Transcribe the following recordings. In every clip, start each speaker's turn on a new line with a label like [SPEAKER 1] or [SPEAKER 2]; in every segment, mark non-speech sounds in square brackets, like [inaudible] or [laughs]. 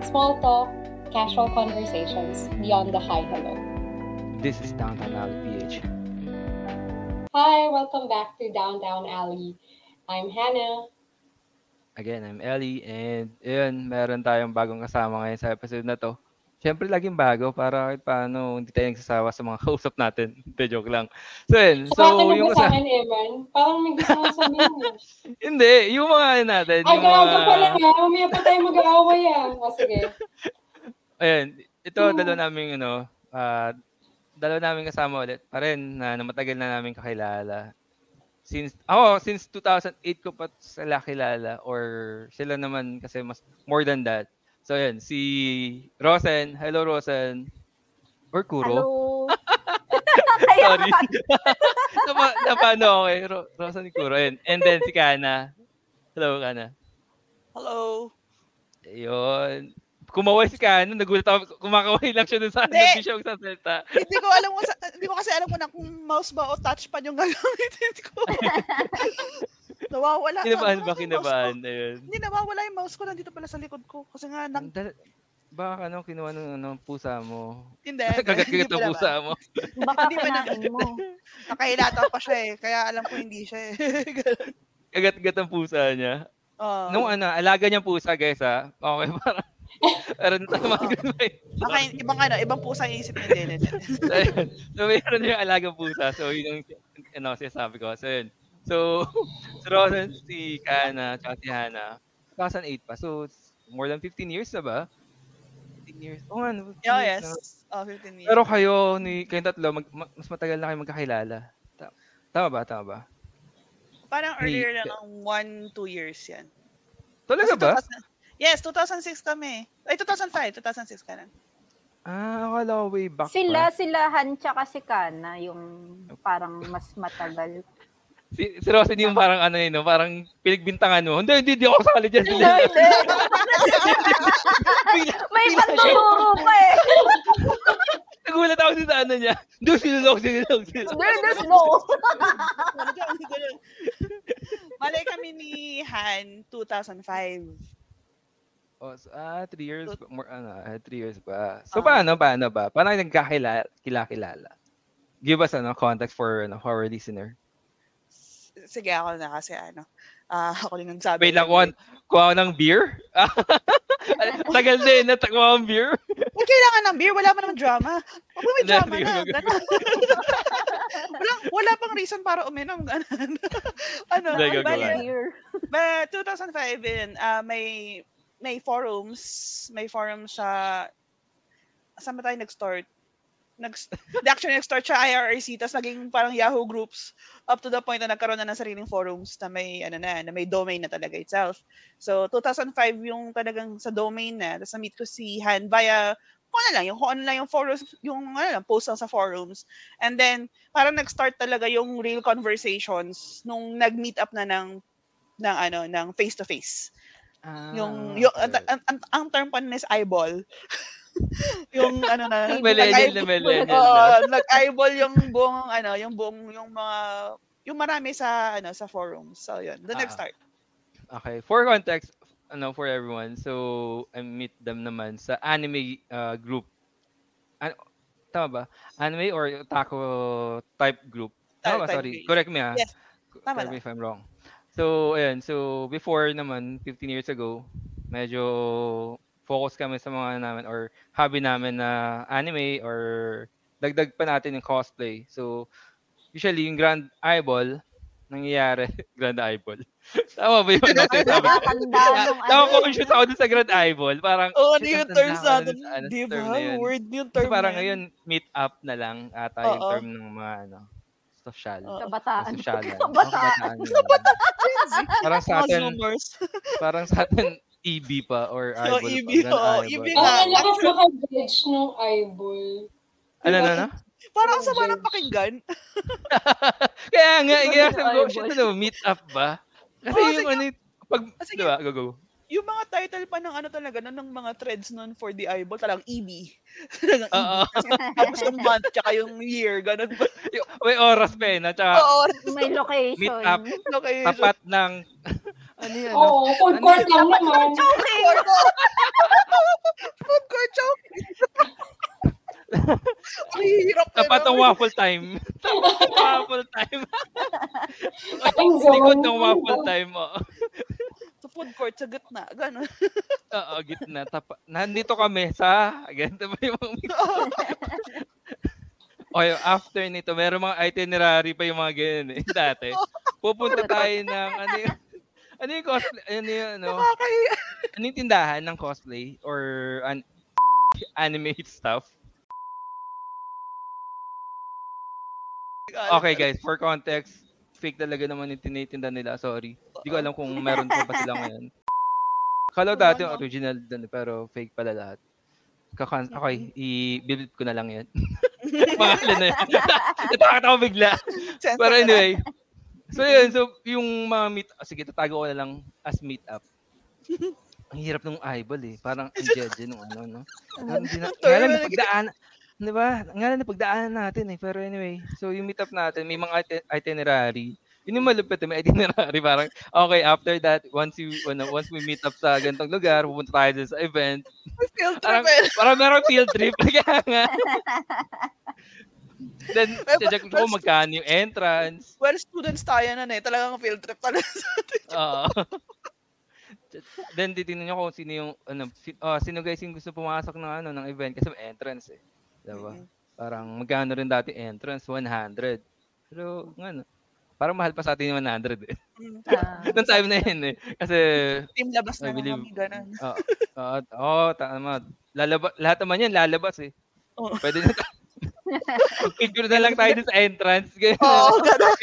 [SPEAKER 1] Small talk, casual conversations beyond the hi hello.
[SPEAKER 2] This is Downtown Alley PH.
[SPEAKER 1] Hi, welcome back to Downtown Alley. I'm Hannah.
[SPEAKER 2] Again, I'm Ellie and ayun, meron tayong bagong kasama ngayon sa episode na to. Siyempre, laging bago para kahit paano hindi tayo nagsasawa sa mga [laughs] kausap natin. Hindi, joke lang. So, yun.
[SPEAKER 1] So,
[SPEAKER 2] So,
[SPEAKER 1] Bakit mo ba
[SPEAKER 2] yung
[SPEAKER 1] sa
[SPEAKER 2] kasama...
[SPEAKER 1] akin, Evan? Parang may gusto mo sabihin. eh.
[SPEAKER 2] [laughs] Hindi, yung mga ano natin,
[SPEAKER 1] Ay,
[SPEAKER 2] yung mga...
[SPEAKER 1] gago pala nga. Mamaya pa tayo mag-aaway ah. O, sige.
[SPEAKER 2] Ayan, ito
[SPEAKER 1] Hmm.
[SPEAKER 2] dalawa naming ano, ah, dalawa naming kasama ulit pa rin na, na matagal na namin kakilala. Since ako, since 2008 ko pa sila kilala or sila naman kasi mas more than that. So ayan, si Rosen, hello Rosen. Or [laughs] Kuro.
[SPEAKER 3] Hello.
[SPEAKER 2] Sorry. [laughs]
[SPEAKER 3] Kaya,
[SPEAKER 2] Napa, napano ako eh. Ro, Rosen Kuro. Ayan. And then si Kana. Hello Kana.
[SPEAKER 4] Hello.
[SPEAKER 2] Ayun. Kumaway si Kana, nagulat ako. Kumakaway lang siya dun sa,
[SPEAKER 4] Hindi.
[SPEAKER 2] hindi [laughs] siya magsasalita.
[SPEAKER 4] hindi ko alam kung sa- hindi ko kasi alam muna kung mouse ba o touchpad yung gagamitin
[SPEAKER 2] [laughs]
[SPEAKER 4] ko. nawawala.
[SPEAKER 2] Kinabahan ba
[SPEAKER 4] nawawala yung mouse ko.
[SPEAKER 2] kinabahan? Ayun.
[SPEAKER 4] Hindi nawawala yung mouse ko nandito pala sa likod ko kasi nga nang
[SPEAKER 2] Dal- baka ano, kinuha nung ano, pusa mo. [laughs]
[SPEAKER 4] hindi.
[SPEAKER 2] Kagat-kagat
[SPEAKER 4] Eh, hindi
[SPEAKER 2] ng
[SPEAKER 4] pa naman.
[SPEAKER 2] pusa [laughs] mo.
[SPEAKER 3] baka
[SPEAKER 4] Hindi pa naman.
[SPEAKER 3] kinain mo.
[SPEAKER 4] Nakahilata pa siya eh, kaya alam ko hindi siya eh. Oh. Ganun.
[SPEAKER 2] Kagat-kagat ang pusa niya.
[SPEAKER 4] Oo.
[SPEAKER 2] Nung ano, alaga niyang pusa, guys, ha? Okay, [laughs] parang... Meron tayo mga eh.
[SPEAKER 4] Baka yung- ibang ano, ibang pusa ang isip ni Dene.
[SPEAKER 2] [laughs] So, ayun. so, meron yung alagang pusa. So, yun yung ano, sinasabi ko. So, yun. So, [laughs] si Rosen, si Kana, tsaka si Hana, 2008 pa. So, it's more than 15 years na ba? 15 years. Oo nga, no, 15
[SPEAKER 4] Oh,
[SPEAKER 2] years
[SPEAKER 4] yes.
[SPEAKER 2] na.
[SPEAKER 4] Oh, 15 years.
[SPEAKER 2] Pero kayo, ni, kayong tatlo, mag, ma- mas matagal na kayo magkakilala. Ta- Tama ba? Tama ba?
[SPEAKER 4] Parang
[SPEAKER 2] ni-
[SPEAKER 4] earlier lang ang 1, 2 years yan.
[SPEAKER 2] Talaga
[SPEAKER 4] Kasi
[SPEAKER 2] ba?
[SPEAKER 4] 2000 Yes, 2006 kami. Ay, 2005, 2006 ka na.
[SPEAKER 2] Ah, akala ko way back
[SPEAKER 3] Sila,
[SPEAKER 2] pa.
[SPEAKER 3] silahan, tsaka si Kana, yung parang mas matagal.
[SPEAKER 2] Si, si Rosin yung parang ano yun, no? parang pinagbintangan mo. Hindi, hindi, hindi ako sali dyan. [laughs] Hindi,
[SPEAKER 3] Hindi, hindi. [laughs] May pagtuturo pa eh.
[SPEAKER 2] [laughs] Nagulat ako sa ano niya. Hindi, sinulog, sinulog, sinulog.
[SPEAKER 3] There, there's no.
[SPEAKER 4] Ano dyan? Ganun. [laughs] Malay kami ni Han, 2005.
[SPEAKER 2] Oh, so, ah, three years,
[SPEAKER 4] So-
[SPEAKER 2] ba- more, ano, ah, three years ba? So,
[SPEAKER 4] Ah.
[SPEAKER 2] paano, paano ba? Paano kayo nagkakilala? kilala? Give us, ano, context for, ano, for our listener.
[SPEAKER 4] S- Sige, ako na kasi ano. Ah, ako rin ang sabi.
[SPEAKER 2] Wait lang, kuha, kuha ko ng beer? [laughs] Ah, Tagal din, natakuha ng beer?
[SPEAKER 4] Huwag kailangan ng beer, wala pa naman drama. Huwag
[SPEAKER 2] [laughs] Wala,
[SPEAKER 4] naman drama
[SPEAKER 2] hindi ko
[SPEAKER 4] na.
[SPEAKER 2] mag-
[SPEAKER 4] ganun. [laughs] wala, wala pang reason para uminom. Ganun. [laughs] ano,
[SPEAKER 2] Hindi, gagawa.
[SPEAKER 4] bali,
[SPEAKER 3] Dear.
[SPEAKER 4] ba, 2005 din, ah, may, may forums. May forums sa, saan ba tayo nag-start? Nag, [laughs] actually, nag-start siya IRC, tapos naging parang Yahoo groups up to the point na nagkaroon na ng sariling forums na may, ano na, na may domain na talaga itself. So, 2005 yung talagang sa domain na. Tapos na-meet ko si Han via kung ano lang, yung kung ano lang yung forums, yung ano lang, post lang sa forums. And then, parang nag-start talaga yung real conversations nung nag-meet up na ng ng ano ng face to face. Yung
[SPEAKER 2] Ah,
[SPEAKER 4] yung ang, ang, ang, ang term pa nun is eyeball. [laughs] yung ano
[SPEAKER 2] [laughs]
[SPEAKER 4] na
[SPEAKER 2] Millennial na
[SPEAKER 4] [laughs] nag-eyeball-
[SPEAKER 2] millennial na.
[SPEAKER 4] Oo, nag-eyeball yung buong ano, yung buong yung mga yung marami sa ano sa forums. So yun, the next
[SPEAKER 2] Ah.
[SPEAKER 4] start.
[SPEAKER 2] Okay, for context, ano, for everyone, so, I meet them naman sa anime uh, group. Ano, tama ba? Anime or otaku type group? Tama ba?
[SPEAKER 4] Type
[SPEAKER 2] Sorry,
[SPEAKER 4] base.
[SPEAKER 2] correct me ah.
[SPEAKER 4] Yes, tama
[SPEAKER 2] Correct
[SPEAKER 4] lang.
[SPEAKER 2] me if I'm wrong. So, ayan, so, before naman, 15 years ago, medyo focus kami sa mga ano namin or hobby namin na anime or dagdag pa natin yung cosplay. So, usually, yung Grand Eyeball, nangyayari, [laughs] Grand Eyeball. Tama ba yung ano sinasabi ko?
[SPEAKER 3] Nakakanda nung ano.
[SPEAKER 2] Nako-conscious ako dun sa Grand Eyeball. Parang,
[SPEAKER 4] Oo, ano
[SPEAKER 2] shit,
[SPEAKER 4] yung
[SPEAKER 2] ang
[SPEAKER 4] terms
[SPEAKER 2] tanda ko
[SPEAKER 4] natin?
[SPEAKER 2] dun sa ano,
[SPEAKER 4] Di
[SPEAKER 2] term na
[SPEAKER 4] ba?
[SPEAKER 2] yun.
[SPEAKER 4] Word yung
[SPEAKER 2] So,
[SPEAKER 4] term
[SPEAKER 2] parang
[SPEAKER 4] na
[SPEAKER 2] ngayon,
[SPEAKER 4] yun.
[SPEAKER 2] meet up na lang ata yung
[SPEAKER 4] Oo.
[SPEAKER 2] term ng mga ano, social.
[SPEAKER 4] Oo. Ano?
[SPEAKER 3] Kabataan.
[SPEAKER 2] Sosyalan.
[SPEAKER 3] Kabataan.
[SPEAKER 2] Kabataan. Kabataan.
[SPEAKER 4] Gen Z.
[SPEAKER 2] Parang sa
[SPEAKER 4] Mga
[SPEAKER 2] atin,
[SPEAKER 4] Zoomers. [laughs]
[SPEAKER 2] parang sa atin, EB pa or
[SPEAKER 4] Oo,
[SPEAKER 2] eyeball
[SPEAKER 4] EB,
[SPEAKER 2] pa. Ganun,
[SPEAKER 4] oo,
[SPEAKER 2] eyeball.
[SPEAKER 4] EB
[SPEAKER 1] Ang
[SPEAKER 4] oh, E nga.
[SPEAKER 1] ang lakas maka-judge nung eyeball.
[SPEAKER 2] Ano, ano, [laughs] ano?
[SPEAKER 4] Parang ang sama
[SPEAKER 1] Gen
[SPEAKER 4] ng
[SPEAKER 1] Z.
[SPEAKER 4] pakinggan.
[SPEAKER 2] Kaya nga, eh, kaya
[SPEAKER 3] Ano,
[SPEAKER 2] sabi ko,
[SPEAKER 3] eyeball?
[SPEAKER 2] shit, ano, meet up ba? Kasi
[SPEAKER 4] Oo,
[SPEAKER 2] yung
[SPEAKER 4] Oh, sige.
[SPEAKER 2] ano, yung- pag,
[SPEAKER 4] Ah, sige.
[SPEAKER 2] di ba, go, go.
[SPEAKER 4] [laughs] yung mga title pa ng ano talaga, nun, ng mga threads nun for the eyeball, talagang EB. [laughs] talagang EB.
[SPEAKER 2] Oo. [laughs]
[SPEAKER 4] Tapos yung month, tsaka yung year, ganun pa.
[SPEAKER 2] Yung- May oras pa eh. na tsaka
[SPEAKER 4] [laughs] Oo,
[SPEAKER 3] May location.
[SPEAKER 2] Meet up.
[SPEAKER 4] Oh, okay.
[SPEAKER 2] tapat ng... [laughs] ano yan? no?
[SPEAKER 1] Oo, food court lang naman.
[SPEAKER 4] Food court. Food court
[SPEAKER 2] [laughs]
[SPEAKER 4] joke. Ang hirap na
[SPEAKER 2] Tapat ng
[SPEAKER 4] naman.
[SPEAKER 2] waffle time. [laughs] Tapat ng waffle time.
[SPEAKER 1] Ang zone.
[SPEAKER 2] Likod ng waffle time. Oo,
[SPEAKER 4] Sa food court, sa gitna. Ganun. [laughs]
[SPEAKER 2] Oo, gitna. Tapa. Nandito kami sa... Ganito ba yung... O yung after nito, meron mga itinerary pa yung mga ganyan eh. [laughs] Dati. Pupunta tayo ng... Ano yung, ano yung cosplay? Ano yung ano?
[SPEAKER 4] Diba? Nakakahiya.
[SPEAKER 2] Ano yung tindahan ng cosplay? Or an- anime stuff? Okay guys, for context, fake talaga naman yung tinitinda nila. Sorry. Hindi ko alam kung meron pa ba sila ngayon. Kala ko
[SPEAKER 4] Wala
[SPEAKER 2] dati yung
[SPEAKER 4] na.
[SPEAKER 2] original dun, pero fake pala lahat. Kakan okay, i-build ko na lang yan. [laughs] Pangalan na yan. [laughs] Natakot ako bigla.
[SPEAKER 4] Sensitive.
[SPEAKER 2] Pero
[SPEAKER 4] [laughs]
[SPEAKER 2] anyway. So yun, so yung mga meet ah, sige, tatago ko na lang as meet up. Ang hirap ng eyeball eh. Parang ang jeje nung ano, no? Ang dina- Nga lang
[SPEAKER 4] Sorry, wala-
[SPEAKER 2] napagdaan, di ba? Nga lang napagdaanan natin eh. Pero anyway, so yung meet up natin, may mga iti- itinerary. Yun yung malupit, eh, may itinerary. Parang, okay, after that, once you, ano, once we meet up sa ganitong lugar, pupunta tayo dun sa event,
[SPEAKER 4] Field
[SPEAKER 2] Parang,
[SPEAKER 4] trip eh.
[SPEAKER 2] parang merong field trip. [laughs] Kaya
[SPEAKER 4] [laughs]
[SPEAKER 2] nga. Then,
[SPEAKER 4] May pa-
[SPEAKER 2] check ko kung magkano yung entrance.
[SPEAKER 4] Well, students tayo na eh. Talagang field trip talaga. [laughs]
[SPEAKER 2] Oo. [laughs] Then, titignan nyo kung sino yung, ano, si, oh, sino guys yung gusto pumasok ng, ano, ng event. Kasi may entrance eh. Diba?
[SPEAKER 4] Mhm.
[SPEAKER 2] Parang magkano rin dati entrance? 100. Pero, ano, parang mahal pa sa atin yung 100 eh. [laughs]
[SPEAKER 4] Mm.
[SPEAKER 3] Ah.
[SPEAKER 2] Noong time na yun eh. Kasi,
[SPEAKER 4] Team
[SPEAKER 2] I
[SPEAKER 4] labas na lang
[SPEAKER 2] believe.
[SPEAKER 4] kami. Ganun.
[SPEAKER 2] [laughs] Oo, oo, oo, tama. Lalaba, lahat naman yan, lalabas eh.
[SPEAKER 4] Oo.
[SPEAKER 2] Pwede na tayo. [laughs] Picture na lang tayo dun sa entrance. Ganyan.
[SPEAKER 4] Oo, ganun.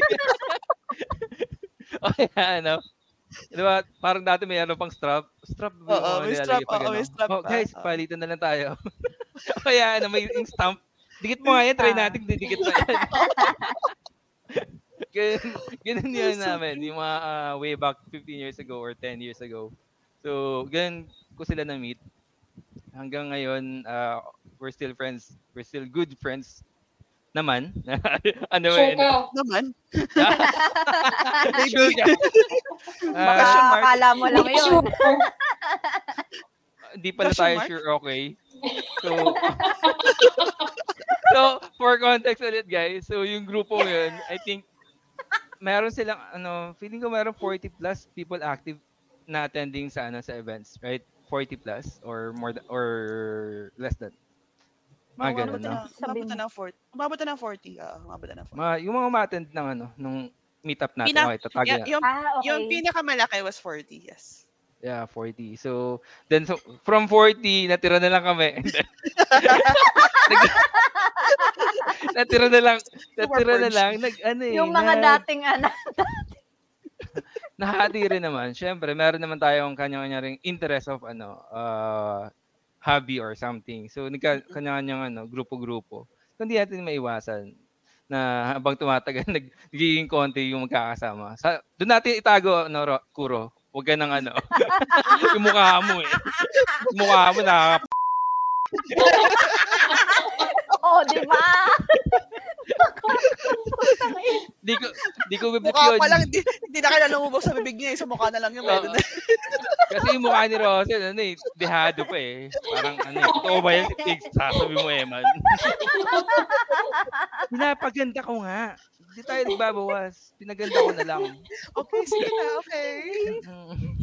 [SPEAKER 2] [laughs] O kaya ano. Di ba, parang dati may ano pang strap. Strap. ba yung mga
[SPEAKER 4] Oo, may
[SPEAKER 2] nilalagay
[SPEAKER 4] strap,
[SPEAKER 2] pag
[SPEAKER 4] oo, may
[SPEAKER 2] ano?
[SPEAKER 4] strap
[SPEAKER 2] Oh,
[SPEAKER 4] pa.
[SPEAKER 2] guys,
[SPEAKER 4] Oo.
[SPEAKER 2] palitan na lang tayo. [laughs] o kaya ano, may yung stamp. Dikit mo nga yan, try
[SPEAKER 3] Ah.
[SPEAKER 2] natin, didikit na
[SPEAKER 4] [laughs]
[SPEAKER 2] yan. [laughs] ganun, ganun yun namin, yung mga ah, way back 15 years ago or 10 years ago. So, ganun ko sila na-meet. Hanggang ngayon, ah, we're still friends. We're still good friends naman. [laughs] ano ba
[SPEAKER 1] Sure
[SPEAKER 2] yun?
[SPEAKER 1] ka.
[SPEAKER 4] Naman.
[SPEAKER 2] [laughs] Sure ka. [laughs] Ah,
[SPEAKER 4] Question
[SPEAKER 3] Baka
[SPEAKER 4] mark.
[SPEAKER 3] akala mo lang
[SPEAKER 1] Sure.
[SPEAKER 3] yun.
[SPEAKER 2] Hindi pala
[SPEAKER 4] Question
[SPEAKER 2] tayo
[SPEAKER 4] mark?
[SPEAKER 2] sure okay.
[SPEAKER 4] [laughs]
[SPEAKER 2] So, so for context ulit guys, so yung grupo yun, I think, meron silang, ano, feeling ko meron 40 plus people active na attending sa, ano, sa events, right? 40 plus or more than, or less than. Mga
[SPEAKER 4] Umabot
[SPEAKER 2] ganun,
[SPEAKER 4] na,
[SPEAKER 2] no?
[SPEAKER 4] umabot na ng 40. Umabot na ng 40. ah, umabot na ng 40.
[SPEAKER 2] Mga, yung mga ma-attend ng, ano, nung meetup natin.
[SPEAKER 4] Pina-
[SPEAKER 2] okay, tatagin
[SPEAKER 4] Yeah,
[SPEAKER 2] na-
[SPEAKER 4] yung,
[SPEAKER 3] Ah, okay.
[SPEAKER 4] yung pinakamalaki was 40,
[SPEAKER 2] [laughs]
[SPEAKER 4] yes.
[SPEAKER 2] Yeah, 40. So, then so, from 40, natira na lang kami.
[SPEAKER 4] [laughs]
[SPEAKER 2] Nag- natira na lang, natira na lang, nag, ano eh,
[SPEAKER 3] yung mga
[SPEAKER 2] nag-
[SPEAKER 3] dating ano. anak.
[SPEAKER 2] nahati rin naman. Siyempre, meron naman tayong kanya-kanya ring interest of ano, uh, hobby or something. So, nagka,
[SPEAKER 3] Mm-hmm.
[SPEAKER 2] kanya-kanyang ano, grupo-grupo. So, hindi natin maiwasan na habang tumatagal, [laughs] nag- nagiging konti yung magkakasama. Sa, doon natin itago, ano, Ro- Kuro. Huwag ka ng ano. [laughs] yung mukha mo eh. Yung mukha mo na
[SPEAKER 3] [laughs] Oo, di ba?
[SPEAKER 2] di ko di ko bibit
[SPEAKER 4] Mukha
[SPEAKER 2] yun.
[SPEAKER 4] pa lang, hindi, hindi na kailan lumubog sa bibig niya. eh, Sa mukha na lang yung eh.
[SPEAKER 2] Oo.
[SPEAKER 4] meron.
[SPEAKER 2] Kasi yung mukha ni Rosel, ano eh, dehado pa eh. Parang ano eh, totoo ba yan si Tiggs? Sasabi mo, Eman. [laughs] Pinapaganda ko nga. Hindi tayo nagbabawas. Pinaganda ko na lang. Mm.
[SPEAKER 4] Okay, sige na, okay.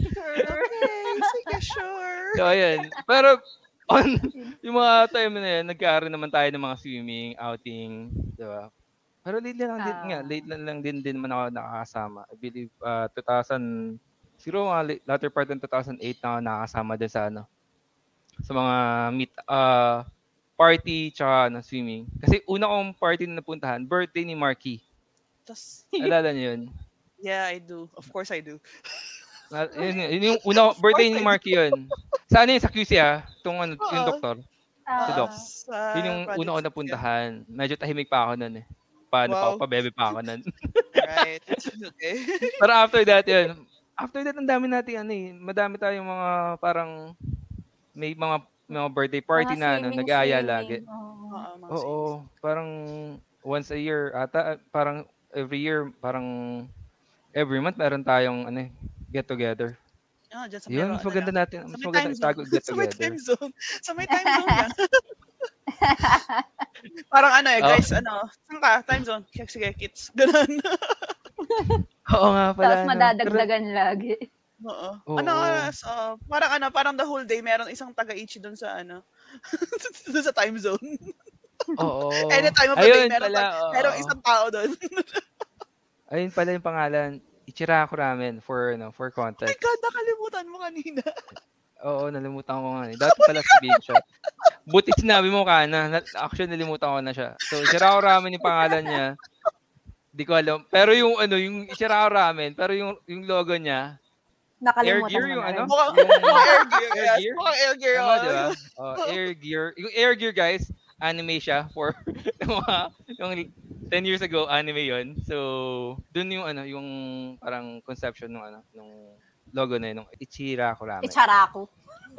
[SPEAKER 4] Sure, okay, sige, sure.
[SPEAKER 2] so, ayun. Pero, on, yung mga time na yun, nagkaroon naman tayo ng mga swimming, outing, di ba? Pero late lang din,
[SPEAKER 3] Ah.
[SPEAKER 2] nga, late lang, lang din din man ako nakakasama. I believe, ah, 2000, siguro mga late, latter part ng 2008 na ako nakakasama din sa ano, sa mga meet, ah, party, tsaka ano, swimming. Kasi una kong party na napuntahan, birthday ni Marky.
[SPEAKER 4] Tapos,
[SPEAKER 2] Alala niyo yun?
[SPEAKER 4] yeah, I do. Of course, I do.
[SPEAKER 2] Na, yun, yun, yun yung una, birthday ni Marky yun. Sa ano yun, sa QC ah, itong ano, yung
[SPEAKER 4] Oo.
[SPEAKER 2] doktor.
[SPEAKER 3] Ah,
[SPEAKER 2] Si Doc.
[SPEAKER 4] Sa
[SPEAKER 2] Yun yung
[SPEAKER 4] project
[SPEAKER 2] una ko
[SPEAKER 4] system.
[SPEAKER 2] napuntahan. Medyo tahimik pa ako nun eh. Paano pa ako,
[SPEAKER 4] Wow. [laughs]
[SPEAKER 2] pabebe pa ako nun. [laughs]
[SPEAKER 4] Right. Okay.
[SPEAKER 2] Pero after that, yun, after that, ang dami natin, ano eh, madami tayong mga parang, may mga mga birthday party
[SPEAKER 3] Mga
[SPEAKER 2] na ano,
[SPEAKER 3] swimming,
[SPEAKER 2] nag-aaya
[SPEAKER 3] swimming.
[SPEAKER 2] lagi.
[SPEAKER 3] Oo.
[SPEAKER 4] Oo, mga
[SPEAKER 2] Oo, parang once a year ata, ah, parang every year, parang every month meron tayong ano eh, get together.
[SPEAKER 4] swimming. Oo, Ah, dyan sa
[SPEAKER 2] Yun,
[SPEAKER 4] Pero,
[SPEAKER 2] mas maganda
[SPEAKER 4] ano lang.
[SPEAKER 2] natin,
[SPEAKER 4] Sa
[SPEAKER 2] mas
[SPEAKER 4] may
[SPEAKER 2] maganda
[SPEAKER 4] time
[SPEAKER 2] itago
[SPEAKER 4] zone.
[SPEAKER 2] get
[SPEAKER 4] [laughs] Sa may
[SPEAKER 2] together.
[SPEAKER 4] time zone. Sa may time
[SPEAKER 2] [laughs]
[SPEAKER 4] zone lang. Parang ano eh,
[SPEAKER 2] Oo.
[SPEAKER 4] guys, ano, saan ka? Time zone. Sige, Sige, kids. [laughs] Ganun.
[SPEAKER 2] Oo nga pala.
[SPEAKER 3] [laughs] Tapos
[SPEAKER 2] no.
[SPEAKER 3] madadagdagan lagi.
[SPEAKER 4] Oo.
[SPEAKER 2] Oo.
[SPEAKER 4] Ano, so, parang ano, parang the whole day, meron isang taga-ichi dun sa ano, [laughs] dun sa time zone.
[SPEAKER 2] Pero- Oo. [laughs]
[SPEAKER 4] Anytime of the
[SPEAKER 2] Ayun
[SPEAKER 4] day, meron,
[SPEAKER 2] pala,
[SPEAKER 4] tag-
[SPEAKER 2] oo.
[SPEAKER 4] merong isang tao dun. [laughs]
[SPEAKER 2] Ayun pala yung pangalan. Ichiraku Ramen for ano, for
[SPEAKER 4] Oh my
[SPEAKER 2] context.
[SPEAKER 4] God, nakalimutan mo kanina.
[SPEAKER 2] Oo, nalimutan ko nga. eh. Dati pala sabihin siya. Buti sinabi mo ka na. na- Actually, nalimutan ko na siya. So, Ichiraku Ramen yung pangalan niya. Di ko alam. Pero yung ano, yung Ichiraku Ramen, pero yung yung logo niya, air
[SPEAKER 3] Nakalimutan
[SPEAKER 2] gear
[SPEAKER 3] mo
[SPEAKER 2] yung
[SPEAKER 3] na
[SPEAKER 2] ano?
[SPEAKER 3] rin.
[SPEAKER 4] Mukhang,
[SPEAKER 2] Yung-
[SPEAKER 4] mukhang air gear.
[SPEAKER 2] Air
[SPEAKER 4] [laughs] yes.
[SPEAKER 2] gear?
[SPEAKER 4] Mukhang air gear.
[SPEAKER 2] Tama,
[SPEAKER 4] oo.
[SPEAKER 2] di ba? Oh, air gear. Yung air gear, guys, anime siya for [laughs] yung mga, yung 10 years ago, anime yon So, dun yung ano, yung parang conception ng ano, nung logo na yun, nung Ichira Kurame.
[SPEAKER 3] Icharaku.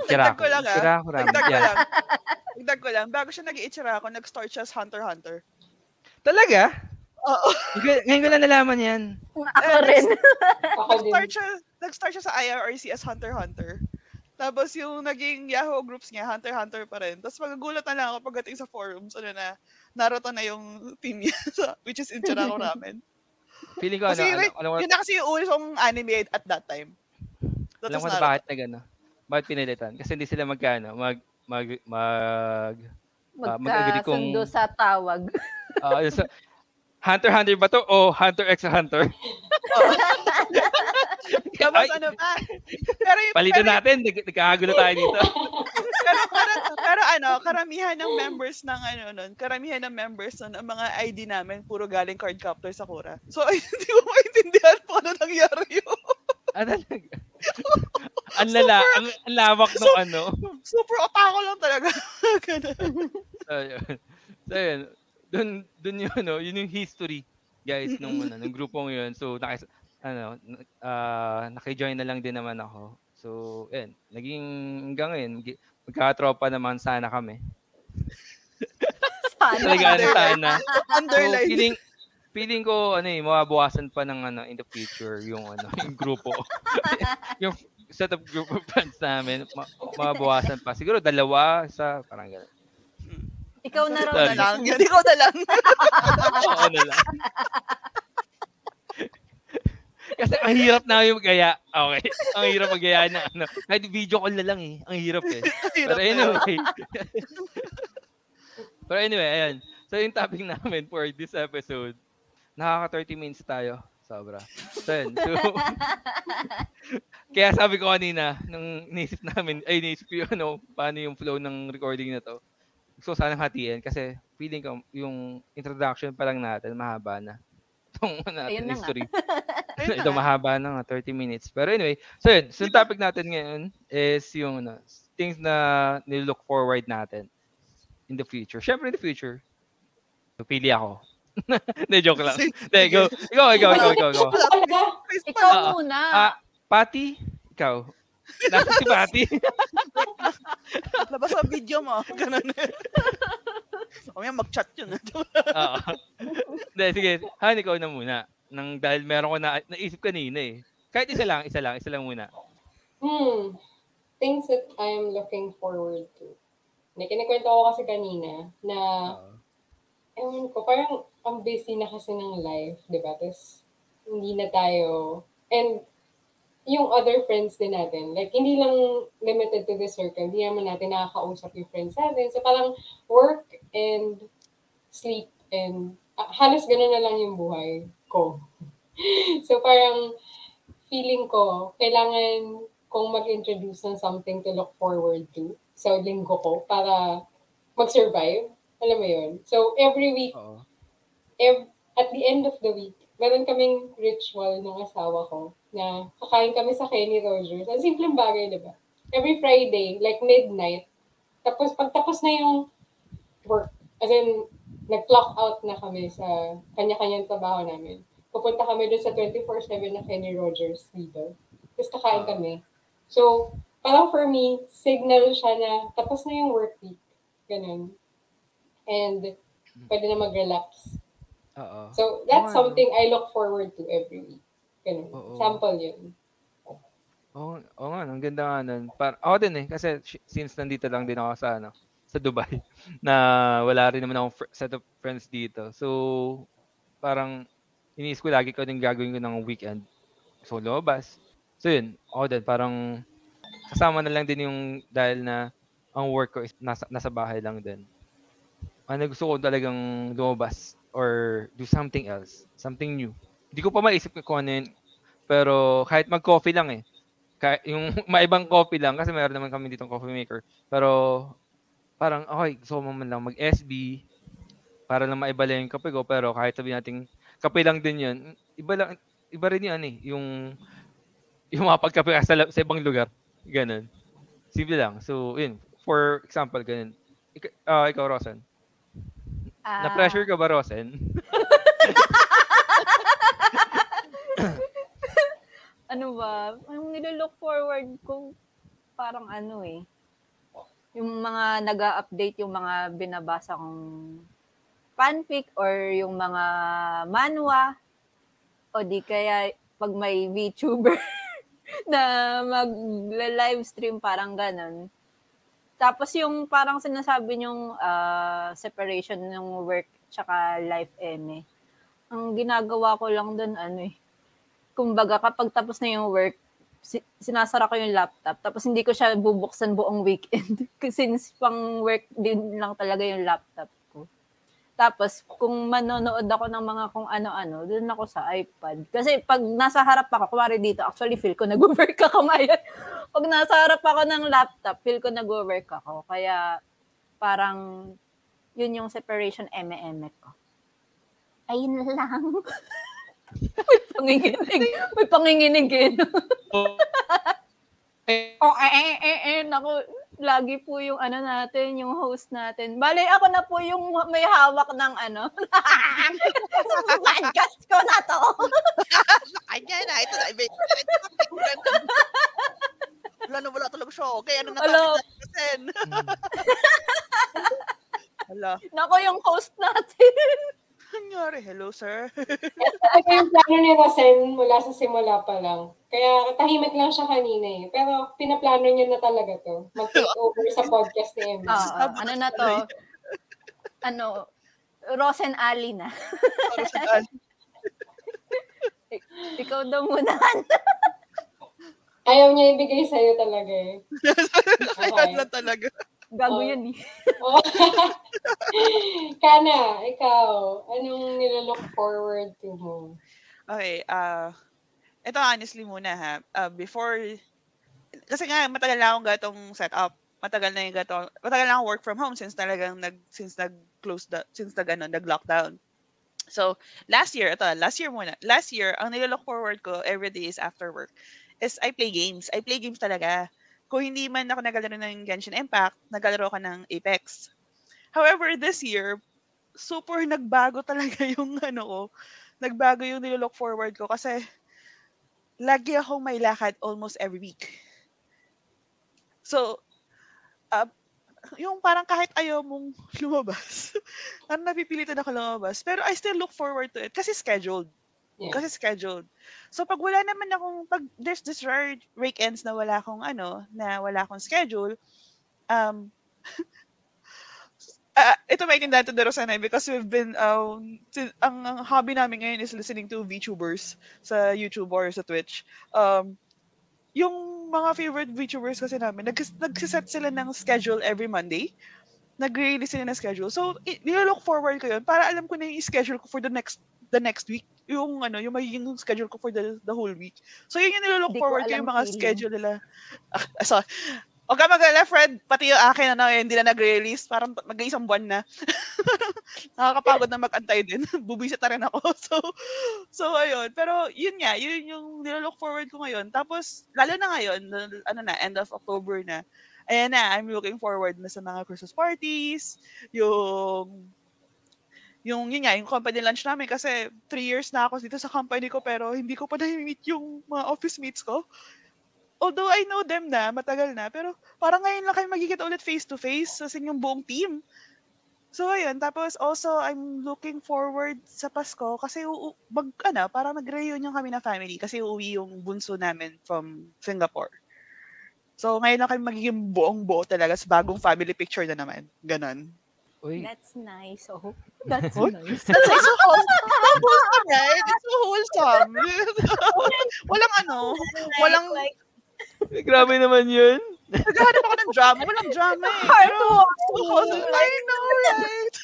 [SPEAKER 4] Dagdag ko lang, ah.
[SPEAKER 2] Ichira Kurame.
[SPEAKER 4] Dagdag ko
[SPEAKER 2] Yeah.
[SPEAKER 4] lang. Dagdag ko lang. Bago siya nag-iitsura ako, nag-start siya sa Hunter x Hunter.
[SPEAKER 2] Talaga?
[SPEAKER 4] [laughs] Oo.
[SPEAKER 2] Ngayon ngayon ko lang nalaman yan.
[SPEAKER 3] Ako rin.
[SPEAKER 1] Ako din.
[SPEAKER 4] nag-start siya, nag-start siya sa IRC as Hunter x Hunter. Tapos yung naging Yahoo groups niya, Hunter x Hunter pa rin. Tapos magagulat na lang ako pagdating sa forums, ano na, Naruto na yung team niya, [laughs] sa- which is Ichirako Ramen.
[SPEAKER 2] Feeling ko, ano,
[SPEAKER 4] Kasi
[SPEAKER 2] ano,
[SPEAKER 4] yun,
[SPEAKER 2] alam ko,
[SPEAKER 4] yun na kasi yung ulisong anime at that time. That
[SPEAKER 2] alam
[SPEAKER 4] is
[SPEAKER 2] ko na
[SPEAKER 4] Naruto.
[SPEAKER 2] bakit na gano'n. Bakit pinilitan? Kasi hindi sila magkano, mag, mag, mag, Ah, mag-agree kung-
[SPEAKER 3] Magkasundo sa [laughs] tawag.
[SPEAKER 2] ah, [laughs] yun sa- Hunter x Hunter ba to o Hunter x Hunter?
[SPEAKER 4] Tapos
[SPEAKER 2] Ay,
[SPEAKER 4] ano pa? [laughs] Pero yung,
[SPEAKER 2] Palitan
[SPEAKER 4] pero,
[SPEAKER 2] natin, nag- nagkakagulo tayo dito.
[SPEAKER 4] pero, pero, pero ano, karamihan ng members ng ano nun, karamihan ng members nun, ang mga ID namin, puro galing card captor sa Kura. So, hindi ko maintindihan po ano nangyari yun.
[SPEAKER 2] Ah, talaga. ang lala, ang, ang lawak ng
[SPEAKER 4] Super-
[SPEAKER 2] ano.
[SPEAKER 4] Super opako lang talaga. Ganun.
[SPEAKER 2] So, yun. So, yun. Dun, dun yung, ano, yun yung history, guys, nung, ano, nung grupong yun. So, naki, ano, n- ah nakijoin na lang din naman ako. So, yun. Naging hanggang ngayon, mag- magkatropa naman sana kami.
[SPEAKER 3] Sana.
[SPEAKER 2] Talaga, ano, sana. So,
[SPEAKER 4] Underline.
[SPEAKER 2] feeling, feeling ko, ano eh, mababawasan pa ng, ano, in the future, yung, ano, [laughs] yung grupo. yung set of group of friends namin, ma- mababawasan pa. Siguro dalawa, sa parang gano'n.
[SPEAKER 3] Ikaw na
[SPEAKER 4] Ikaw
[SPEAKER 3] raw.
[SPEAKER 4] na lang.
[SPEAKER 2] [laughs]
[SPEAKER 4] Ikaw na lang.
[SPEAKER 2] Oo na ano lang. [laughs] Kasi ang hirap na yung magaya. Okay. Ang hirap magaya na ano. Kahit video call na lang eh. Ang hirap eh. Pero
[SPEAKER 4] Hirap na yun.
[SPEAKER 2] anyway. [laughs] Pero anyway, ayan. So yung topic namin for this episode, nakaka 30 minutes tayo. Sobra. So, yun.
[SPEAKER 3] [laughs]
[SPEAKER 2] So, kaya sabi ko kanina, nung inisip namin, ay inisip ko yung ano, paano yung flow ng recording na to. So sana hatiin kasi feeling ko yung introduction pa lang natin, mahaba na. [laughs] Itong ano natin
[SPEAKER 3] Ayun na nga.
[SPEAKER 2] history. [laughs]
[SPEAKER 4] Ayun na
[SPEAKER 2] Ito
[SPEAKER 4] nga. Diba?
[SPEAKER 2] mahaba na nga, 30 minutes. Pero anyway, so yun, so yung topic natin ngayon is yung ano, things na nilook forward natin in the future. Siyempre in the future, pili ako. [laughs] Hindi, joke lang. Hindi, go. Ikaw, ikaw, ikaw, ikaw, ikaw.
[SPEAKER 1] Ako talaga.
[SPEAKER 4] Face
[SPEAKER 3] Ikaw
[SPEAKER 2] Ah,
[SPEAKER 3] muna.
[SPEAKER 2] Ah, Patty, ikaw. Nasa si
[SPEAKER 4] [laughs]
[SPEAKER 2] Patty.
[SPEAKER 4] pa. Labas ang video mo. Ganun. O yan, mag-chat yun.
[SPEAKER 2] Oo. Hindi, sige. Han, ikaw na muna. Nang, dahil meron ko na, naisip kanina eh. Kahit isa lang, isa lang, isa lang muna.
[SPEAKER 1] Hmm. Things that I'm looking forward to. May kinikwento ko kasi kanina na, ewan ko, parang ang busy na kasi ng life, di ba? Tapos, hindi na tayo, and yung other friends din natin, like, hindi lang limited to the circle, hindi naman natin nakakausap yung friends natin. So, parang work and sleep and ah, halos ganun na lang yung buhay ko. [laughs] so, parang feeling ko, kailangan kong mag-introduce ng something to look forward to sa linggo ko para mag-survive. Alam mo yun? So, every week,
[SPEAKER 2] Oo.
[SPEAKER 1] ev- at the end of the week, meron kaming ritual ng asawa ko na kakain kami sa Kenny Rogers. Ang simpleng bagay, di ba? Every Friday, like midnight, tapos pagtapos na yung work, as in, nag-clock out na kami sa kanya-kanyang trabaho namin. Pupunta kami doon sa 24-7 na Kenny Rogers dito. Tapos kakain kami. So, parang for me, signal siya na tapos na yung work week. Ganun. And pwede na mag-relax.
[SPEAKER 2] Oo.
[SPEAKER 1] So, that's
[SPEAKER 2] Oo.
[SPEAKER 1] something I look forward to every week. Ganun.
[SPEAKER 2] Oo.
[SPEAKER 1] Sample yun.
[SPEAKER 2] Oo, oo nga, ang ganda nga nun. Par, ako din eh, kasi sh- since nandito lang din ako sa, ano, sa Dubai, [laughs] na wala rin naman akong fr- set of friends dito. So, parang iniis ko lagi ko din gagawin ko ng weekend. So, lumabas. So, yun, ako din, parang kasama na lang din yung dahil na ang work ko is nasa, nasa bahay lang din. Ano gusto ko talagang lumabas or do something else, something new. Hindi ko pa maisip kung ano yun, pero kahit mag-coffee lang eh, ka, yung [laughs] maibang coffee lang kasi meron naman kami ditong coffee maker. Pero parang okay, gusto ko man lang mag SB para lang maiba lang yung kape ko pero kahit sabi natin kape lang din 'yun. Iba lang iba rin 'yan eh, yung yung mapagkape ka sa, la- sa ibang lugar. Ganun. Simple lang. So, yun. For example, ganun. Ik- ah, ikaw, Rosen.
[SPEAKER 3] Ah,
[SPEAKER 2] Na-pressure ka ba, Rosen? [laughs]
[SPEAKER 3] Ano ba? Ang nilolook forward ko, parang ano eh. Yung mga nag update yung mga binabasa kong fanfic or yung mga manwa. O di kaya pag may VTuber [laughs] na mag-livestream, parang ganun. Tapos yung parang sinasabi yung separation ng work tsaka life eme. Ang ginagawa ko lang doon ano eh. Kumbaga kapag tapos na yung work, si- sinasara ko yung laptop tapos hindi ko siya bubuksan buong weekend [laughs] Kasi since pang work din lang talaga yung laptop ko. Tapos kung manonood ako ng mga kung ano-ano, doon ako sa iPad. Kasi pag nasa harap ako, kumari dito, actually feel ko nag-work ako [laughs] ngayon. pag nasa harap ako ng laptop, feel ko nag-work ako. Kaya parang yun yung separation eme-eme E ko. Ayun lang. May panginginig. May panginginig eh.
[SPEAKER 2] Oo. Eh,
[SPEAKER 3] [laughs] Oh, eh, eh, eh, eh. Naku, lagi po yung ano natin, yung host natin. Bale, ako na po yung may hawak ng ano. [laughs] Sa podcast ko na to.
[SPEAKER 4] Kanya na, ito na. Ibe, wala na wala talaga siya. Okay, ano na
[SPEAKER 3] Hello.
[SPEAKER 4] topic natin? Hello.
[SPEAKER 3] Naku, yung host natin.
[SPEAKER 4] Kanyari, hello sir.
[SPEAKER 1] Ito yung plano ni Rosen mula sa simula pa lang. Kaya tahimik lang siya kanina eh. Pero pinaplano niya na talaga to. Mag-take over sa podcast ni Emma.
[SPEAKER 3] Oo, [laughs] ano na to? Ano, Rosen Ali na. [laughs]
[SPEAKER 4] Para [laughs] sa daan.
[SPEAKER 3] Ikaw daw muna. [laughs]
[SPEAKER 1] Ayaw niya ibigay sa'yo talaga eh.
[SPEAKER 4] [laughs] Ayan lang talaga.
[SPEAKER 3] Gago
[SPEAKER 1] Oo. [laughs]
[SPEAKER 3] yun eh.
[SPEAKER 1] Oh. Kana, ikaw, anong nilolook forward to mo?
[SPEAKER 4] Okay, ah, ito honestly muna ha. Ah, before, kasi nga matagal na akong gatong setup. Matagal na yung gatong, matagal na akong work from home since talagang nag, since nag-close, the, since nag, ano, nag-lockdown. So, last year, ito, last year muna. Last year, ang nililook forward ko every day is after work is I play games. I play games talaga. Kung hindi man ako nagalaro ng Genshin Impact, nagalaro ko ng Apex. However, this year, super nagbago [laughs] talaga yung ano ko, nagbago yung nilolook forward ko kasi lagi akong may lakad almost every week. So, ah, yung parang kahit ayaw mong [laughs] lumabas, ano napipilitan ako lumabas, pero I still look forward to it kasi scheduled.
[SPEAKER 1] Yeah.
[SPEAKER 4] Kasi scheduled. So, pag wala naman akong, pag there's this rare weekends na wala akong ano, na wala akong schedule, um, [laughs] Ah, ito maintindihan to Rosanay because we've been um, sin- ang, ang hobby namin ngayon is listening to VTubers sa YouTube or sa Twitch. Um, yung mga favorite VTubers kasi namin, nag nagsiset sila ng schedule every Monday. Nag-release sila ng schedule. So, i- nilolook forward ko yun para alam ko na yung schedule ko for the next the next week. Yung ano, yung magiging schedule ko for the, the whole week. So, yun yung nilolook
[SPEAKER 3] Hindi ko
[SPEAKER 4] forward ko,
[SPEAKER 3] alam
[SPEAKER 4] yung mga
[SPEAKER 3] feeling.
[SPEAKER 4] schedule nila. Ah, so, huwag ka mag-alala, Fred. Pati yung akin, ano, eh, hindi na nag-release. Parang mag-isang buwan na. [laughs] Nakakapagod na mag-antay din. [laughs] Bubisit na rin ako. So, so ayun. Pero yun nga, yun yung nilolook forward ko ngayon. Tapos, lalo na ngayon, l- ano na, end of October na. Ayan na, I'm looking forward na sa mga Christmas parties, yung yung yun nga, yung company lunch namin kasi three years na ako dito sa company ko pero hindi ko pa na-meet yung mga office mates ko. although I know them na, matagal na, pero parang ngayon lang kayo magkikita ulit face to face sa inyong buong team. So ayun, tapos also I'm looking forward sa Pasko kasi uu- mag, ano, parang nag-reunion kami na family kasi uuwi yung bunso namin from Singapore. So ngayon lang kami magiging buong buo talaga sa bagong family picture na naman. Ganon. [laughs]
[SPEAKER 2] Uy,
[SPEAKER 3] That's nice. Oh, that's
[SPEAKER 4] What?
[SPEAKER 3] [laughs] nice.
[SPEAKER 4] That's like so wholesome, so wholesome right? It's so wholesome. [laughs] walang ano, walang,
[SPEAKER 3] like,
[SPEAKER 2] grabe naman yun.
[SPEAKER 4] naghahanap ako ng drama. Walang drama eh. Pero, so wholesome. [laughs] I know, right?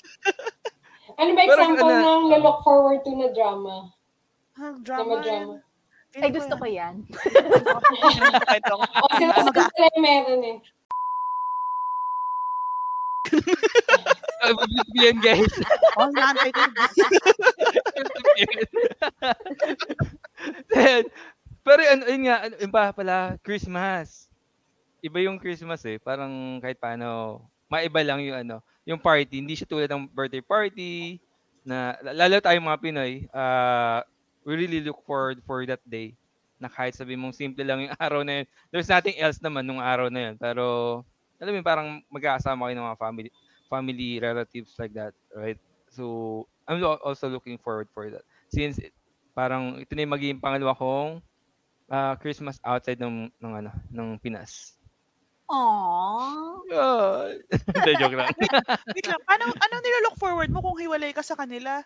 [SPEAKER 1] Ano ba
[SPEAKER 2] Pero,
[SPEAKER 1] example
[SPEAKER 2] ano-
[SPEAKER 1] ng look forward to na drama?
[SPEAKER 4] Ang
[SPEAKER 1] Drama,
[SPEAKER 4] drama.
[SPEAKER 1] drama.
[SPEAKER 3] ay, gusto ko yan.
[SPEAKER 4] [laughs] Ito.
[SPEAKER 1] O, sila sa sila yung meron eh.
[SPEAKER 2] Ah, Blip yan, guys.
[SPEAKER 4] Oh, nanay ko.
[SPEAKER 2] Blip yan. [laughs] Then, Pero ano, yun nga, ano, yun pa pala, Christmas. Iba yung Christmas eh. Parang kahit paano, maiba lang yung ano, yung party. Hindi siya tulad ng birthday party na lalo tayong mga Pinoy, ah, we really look forward for that day na kahit sabi mong simple lang yung [laughs] araw na yun. There's nothing else naman nung araw na yun. Pero, alam mo, yun, parang magkakasama kayo ng mga family, family relatives like that, right? So, I'm lo- also looking forward for that. Since, it- parang ito na yung magiging pangalawa kong ah, Christmas outside ng, ng, ano, ng Pinas.
[SPEAKER 3] Aww.
[SPEAKER 2] [laughs] Hindi, joke lang.
[SPEAKER 4] Wait lang, paano, ano nilalook forward mo kung hiwalay ka sa kanila?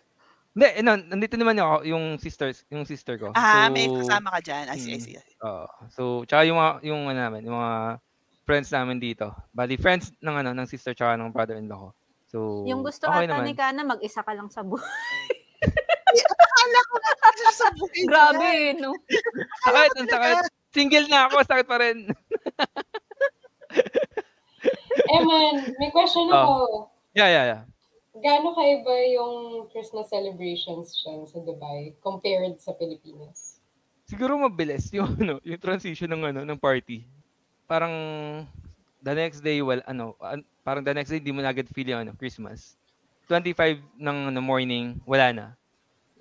[SPEAKER 2] Hindi, ano, nandito naman ako, yung sisters, yung sister ko.
[SPEAKER 4] Ah,
[SPEAKER 2] So,
[SPEAKER 4] may kasama ka dyan. I see, I
[SPEAKER 2] Mm.
[SPEAKER 4] see. I see.
[SPEAKER 2] Oo. so, tsaka yung mga, yung ano namin, yung mga friends namin dito. Bali, friends ng ano, ng sister tsaka ng brother-in-law ko. So,
[SPEAKER 3] Yung gusto
[SPEAKER 2] okay
[SPEAKER 3] ata
[SPEAKER 2] naman.
[SPEAKER 3] ni Kana, mag-isa ka lang sa
[SPEAKER 1] [laughs]
[SPEAKER 3] buhay.
[SPEAKER 4] Akala ko na sa buhay. niya.
[SPEAKER 3] Grabe, no?
[SPEAKER 2] Sakit, ang sakit. Single na ako, sakit pa rin. [laughs]
[SPEAKER 1] Eman, may question
[SPEAKER 2] Ah.
[SPEAKER 1] ako.
[SPEAKER 2] Yeah, yeah, yeah.
[SPEAKER 1] Gaano kaiba yung Christmas celebrations dyan sa Dubai compared sa Pilipinas?
[SPEAKER 2] Siguro mabilis yung [laughs] ano, yung transition ng ano, ng party. Parang the next day, well, ano, an- parang the next day hindi mo na agad feel yung ano, Christmas. 25 ng ano, morning, wala na.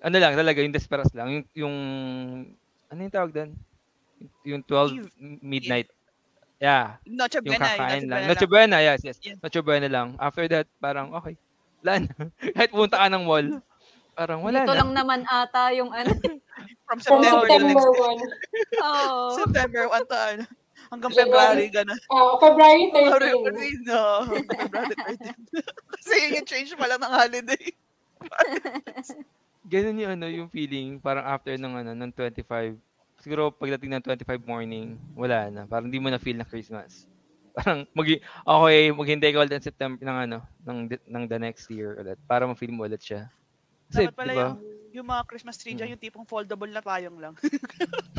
[SPEAKER 2] Ano lang, talaga yung desperas lang, yung yung ano yung tawag doon? Yung 12
[SPEAKER 4] Eve.
[SPEAKER 2] midnight. Yeah,
[SPEAKER 4] Noche
[SPEAKER 2] yung
[SPEAKER 4] Buena. eh,
[SPEAKER 2] kakain lang.
[SPEAKER 4] Noche
[SPEAKER 2] Noche Buena, yes, yes.
[SPEAKER 4] Yeah.
[SPEAKER 2] Noche Buena lang. After that, parang okay. Wala na. [laughs] Kahit punta ka ng mall, parang wala
[SPEAKER 3] Dito
[SPEAKER 2] na.
[SPEAKER 3] lang naman ata yung
[SPEAKER 2] [laughs]
[SPEAKER 3] ano.
[SPEAKER 4] From
[SPEAKER 1] From
[SPEAKER 4] September to next
[SPEAKER 1] September 1,
[SPEAKER 3] Oh.
[SPEAKER 4] September 1 to ano. Hanggang
[SPEAKER 1] September.
[SPEAKER 4] February, gano'n.
[SPEAKER 1] ah, February
[SPEAKER 4] February
[SPEAKER 1] 13.
[SPEAKER 4] 13, no. February 13. [laughs] Kasi yun yung change pala ng holiday.
[SPEAKER 2] ganun yung ano yung feeling parang after ng ano ng 25 siguro pagdating ng 25 morning wala na parang di mo na feel na Christmas [laughs] parang mag okay maghintay ka ulit ng September ng ano ng the- ng the next year ulit para ma-feel mo ulit siya kasi Hmm.
[SPEAKER 4] Dapat pala
[SPEAKER 2] diba,
[SPEAKER 4] yung, yung mga Christmas tree dyan, yung tipong foldable na payong lang.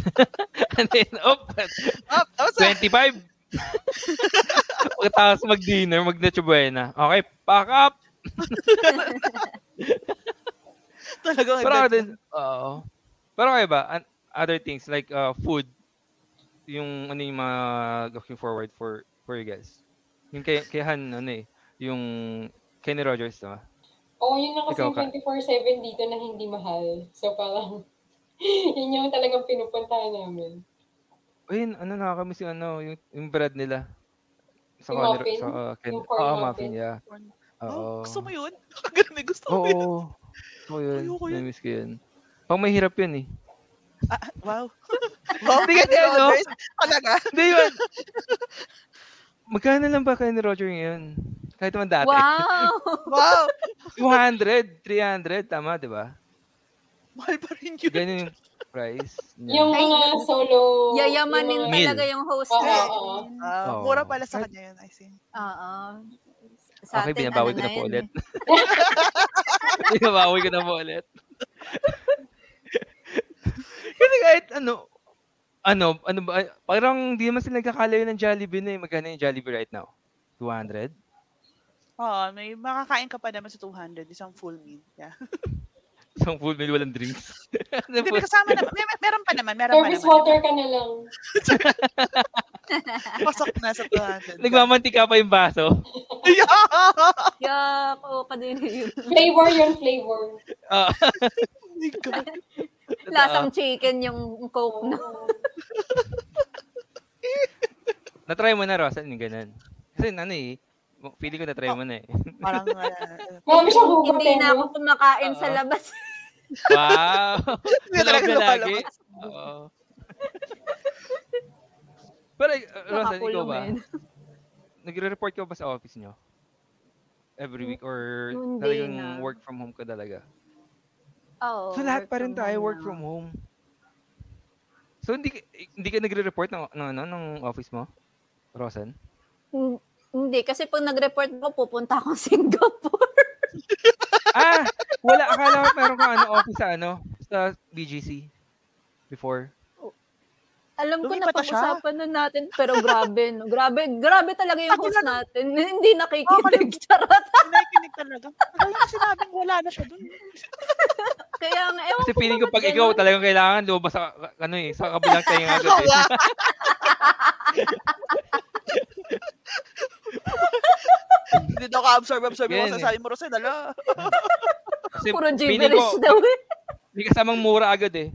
[SPEAKER 2] [laughs] and then,
[SPEAKER 4] [laughs]
[SPEAKER 2] oh,
[SPEAKER 4] Oh, oh, sa- [laughs]
[SPEAKER 2] 25 pagkatapos mag-dinner mag buena okay pack up
[SPEAKER 4] talagang
[SPEAKER 2] Pero ako din, oo. Pero kayo ba, an- other things like uh, food, yung ano yung mga looking forward for for you guys? Yung kay, kay Han, ano eh, yung Kenny Rogers, diba?
[SPEAKER 1] Oo, Oh, yun lang kasi
[SPEAKER 2] Ikaw,
[SPEAKER 1] yung
[SPEAKER 2] Ka.
[SPEAKER 1] 24-7 dito na hindi mahal. So parang, [laughs] yun yung talagang pinupuntahan namin.
[SPEAKER 2] Ayun, ano, nakakamiss yung ano, yung, yung bread nila. Sa
[SPEAKER 1] Yung
[SPEAKER 2] Kenny
[SPEAKER 1] muffin?
[SPEAKER 2] Ro- Sa, uh, Ken,
[SPEAKER 1] Yung corn
[SPEAKER 2] Oo,
[SPEAKER 1] muffin?
[SPEAKER 2] muffin, yeah.
[SPEAKER 4] Corn-
[SPEAKER 2] Oo.
[SPEAKER 4] Oh, gusto mo yun? [laughs] Ganun may gusto
[SPEAKER 2] Oo.
[SPEAKER 4] mo yun.
[SPEAKER 2] oo. Gusto ko yun.
[SPEAKER 4] Ayoko yun.
[SPEAKER 2] Namiss ko yun. Pang mahirap yun eh.
[SPEAKER 4] Ah, wow. [laughs] wow,
[SPEAKER 2] Hindi ganyan, no?
[SPEAKER 4] Rogers, Talaga.
[SPEAKER 2] Hindi
[SPEAKER 4] [laughs]
[SPEAKER 2] yun. Magkano lang ba Kenny Roger ngayon? Kahit naman dati.
[SPEAKER 3] Wow!
[SPEAKER 4] Wow.
[SPEAKER 2] 200, 300, tama, di ba?
[SPEAKER 4] Mahal pa rin yun.
[SPEAKER 2] Ganun yung price.
[SPEAKER 1] Yung
[SPEAKER 2] niya.
[SPEAKER 1] mga solo...
[SPEAKER 3] Yayamanin
[SPEAKER 1] yung
[SPEAKER 2] Meal.
[SPEAKER 1] mga-
[SPEAKER 3] talaga yung host
[SPEAKER 1] Oo,
[SPEAKER 3] natin.
[SPEAKER 1] oo.
[SPEAKER 4] Ah,
[SPEAKER 2] Oo.
[SPEAKER 4] mura pala sa kanya yun, I see.
[SPEAKER 3] Oo.
[SPEAKER 2] okay, binabawi ko na po
[SPEAKER 3] yun
[SPEAKER 2] ulit.
[SPEAKER 3] eh.
[SPEAKER 2] [laughs] binabawi ko na po ulit. [laughs] Kasi kahit ano, ano, ano ba, parang di naman sila nagkakalayo ng Jollibee na eh. Magkano yung Jollibee right now? 200?
[SPEAKER 4] Oo, may makakain ka pa naman sa 200, isang full meal. Yeah.
[SPEAKER 2] Isang full meal, walang drinks. [laughs] Ano
[SPEAKER 4] Hindi,
[SPEAKER 2] po?
[SPEAKER 4] may kasama naman. May, may- meron pa naman, meron pa
[SPEAKER 1] Service
[SPEAKER 4] naman.
[SPEAKER 1] water ka na lang.
[SPEAKER 4] Pasok na sa 200.
[SPEAKER 2] Nagmamantika pa yung baso. [laughs]
[SPEAKER 4] Yeah!
[SPEAKER 3] [laughs] Yuck! Oo, kadiri yun.
[SPEAKER 1] Flavor yun, flavor.
[SPEAKER 2] Ah,
[SPEAKER 4] Oh my God.
[SPEAKER 3] Lasang chicken yung coke, no?
[SPEAKER 1] Oo.
[SPEAKER 2] Na-try mo na, Rosa, yung ganun. Kasi ano eh, feeling ko na-try mo na eh.
[SPEAKER 4] Parang, uh,
[SPEAKER 1] Marami siyang hugot
[SPEAKER 3] Hindi
[SPEAKER 1] eh,
[SPEAKER 3] na
[SPEAKER 1] no?
[SPEAKER 3] ako kumakain sa
[SPEAKER 2] Oo.
[SPEAKER 3] labas.
[SPEAKER 2] Wow!
[SPEAKER 4] [laughs] Hindi
[SPEAKER 2] Love
[SPEAKER 4] talaga
[SPEAKER 2] na
[SPEAKER 4] lumalabas.
[SPEAKER 2] lagi. Oo. Pero, uh, Rosa, ikaw
[SPEAKER 3] Nakakulong
[SPEAKER 2] ba?
[SPEAKER 3] eh.
[SPEAKER 2] Nagre-report ka ba sa office nyo? Every week? Or
[SPEAKER 3] Hindi
[SPEAKER 2] talagang
[SPEAKER 3] na.
[SPEAKER 2] work from home ka talaga?
[SPEAKER 3] Oo.
[SPEAKER 2] so, lahat pa rin
[SPEAKER 3] from
[SPEAKER 2] tayo
[SPEAKER 3] home
[SPEAKER 2] work
[SPEAKER 3] na.
[SPEAKER 2] from home. So, hindi, ka- eh, hindi ka nagre-report ng, ng, ano, ng office mo? Rosan?
[SPEAKER 3] Hin- Hindi, kasi pag nag-report ako, pupunta ako [laughs] Singapore.
[SPEAKER 2] ah, wala. Akala ko meron kang ano, office sa ano, sa BGC before.
[SPEAKER 3] Alam ko
[SPEAKER 4] Lumipat
[SPEAKER 3] na
[SPEAKER 4] na siya?
[SPEAKER 3] pag-usapan na natin, pero grabe, no? Grabe, grabe talaga yung host natin. [laughs] Hindi nakikinig. Charot.
[SPEAKER 4] nakikinig talaga. Ano yung sinabing wala na siya dun?
[SPEAKER 3] Kaya nga, ewan
[SPEAKER 2] Kasi
[SPEAKER 3] ko
[SPEAKER 2] feeling ko
[SPEAKER 3] ba ba't
[SPEAKER 2] pag ikaw
[SPEAKER 3] ganun?
[SPEAKER 2] talagang kailangan lumabas sa ano eh, sa kabilang
[SPEAKER 3] [laughs]
[SPEAKER 2] tayong agad. eh.
[SPEAKER 4] Wala. Hindi daw ka-absorb, absorb yung
[SPEAKER 2] Yan eh.
[SPEAKER 4] masasabi mo, Rosel. Ala.
[SPEAKER 2] Kasi
[SPEAKER 3] Puro
[SPEAKER 2] feeling ko,
[SPEAKER 3] gibberish [laughs] daw eh.
[SPEAKER 2] may kasamang mura agad eh.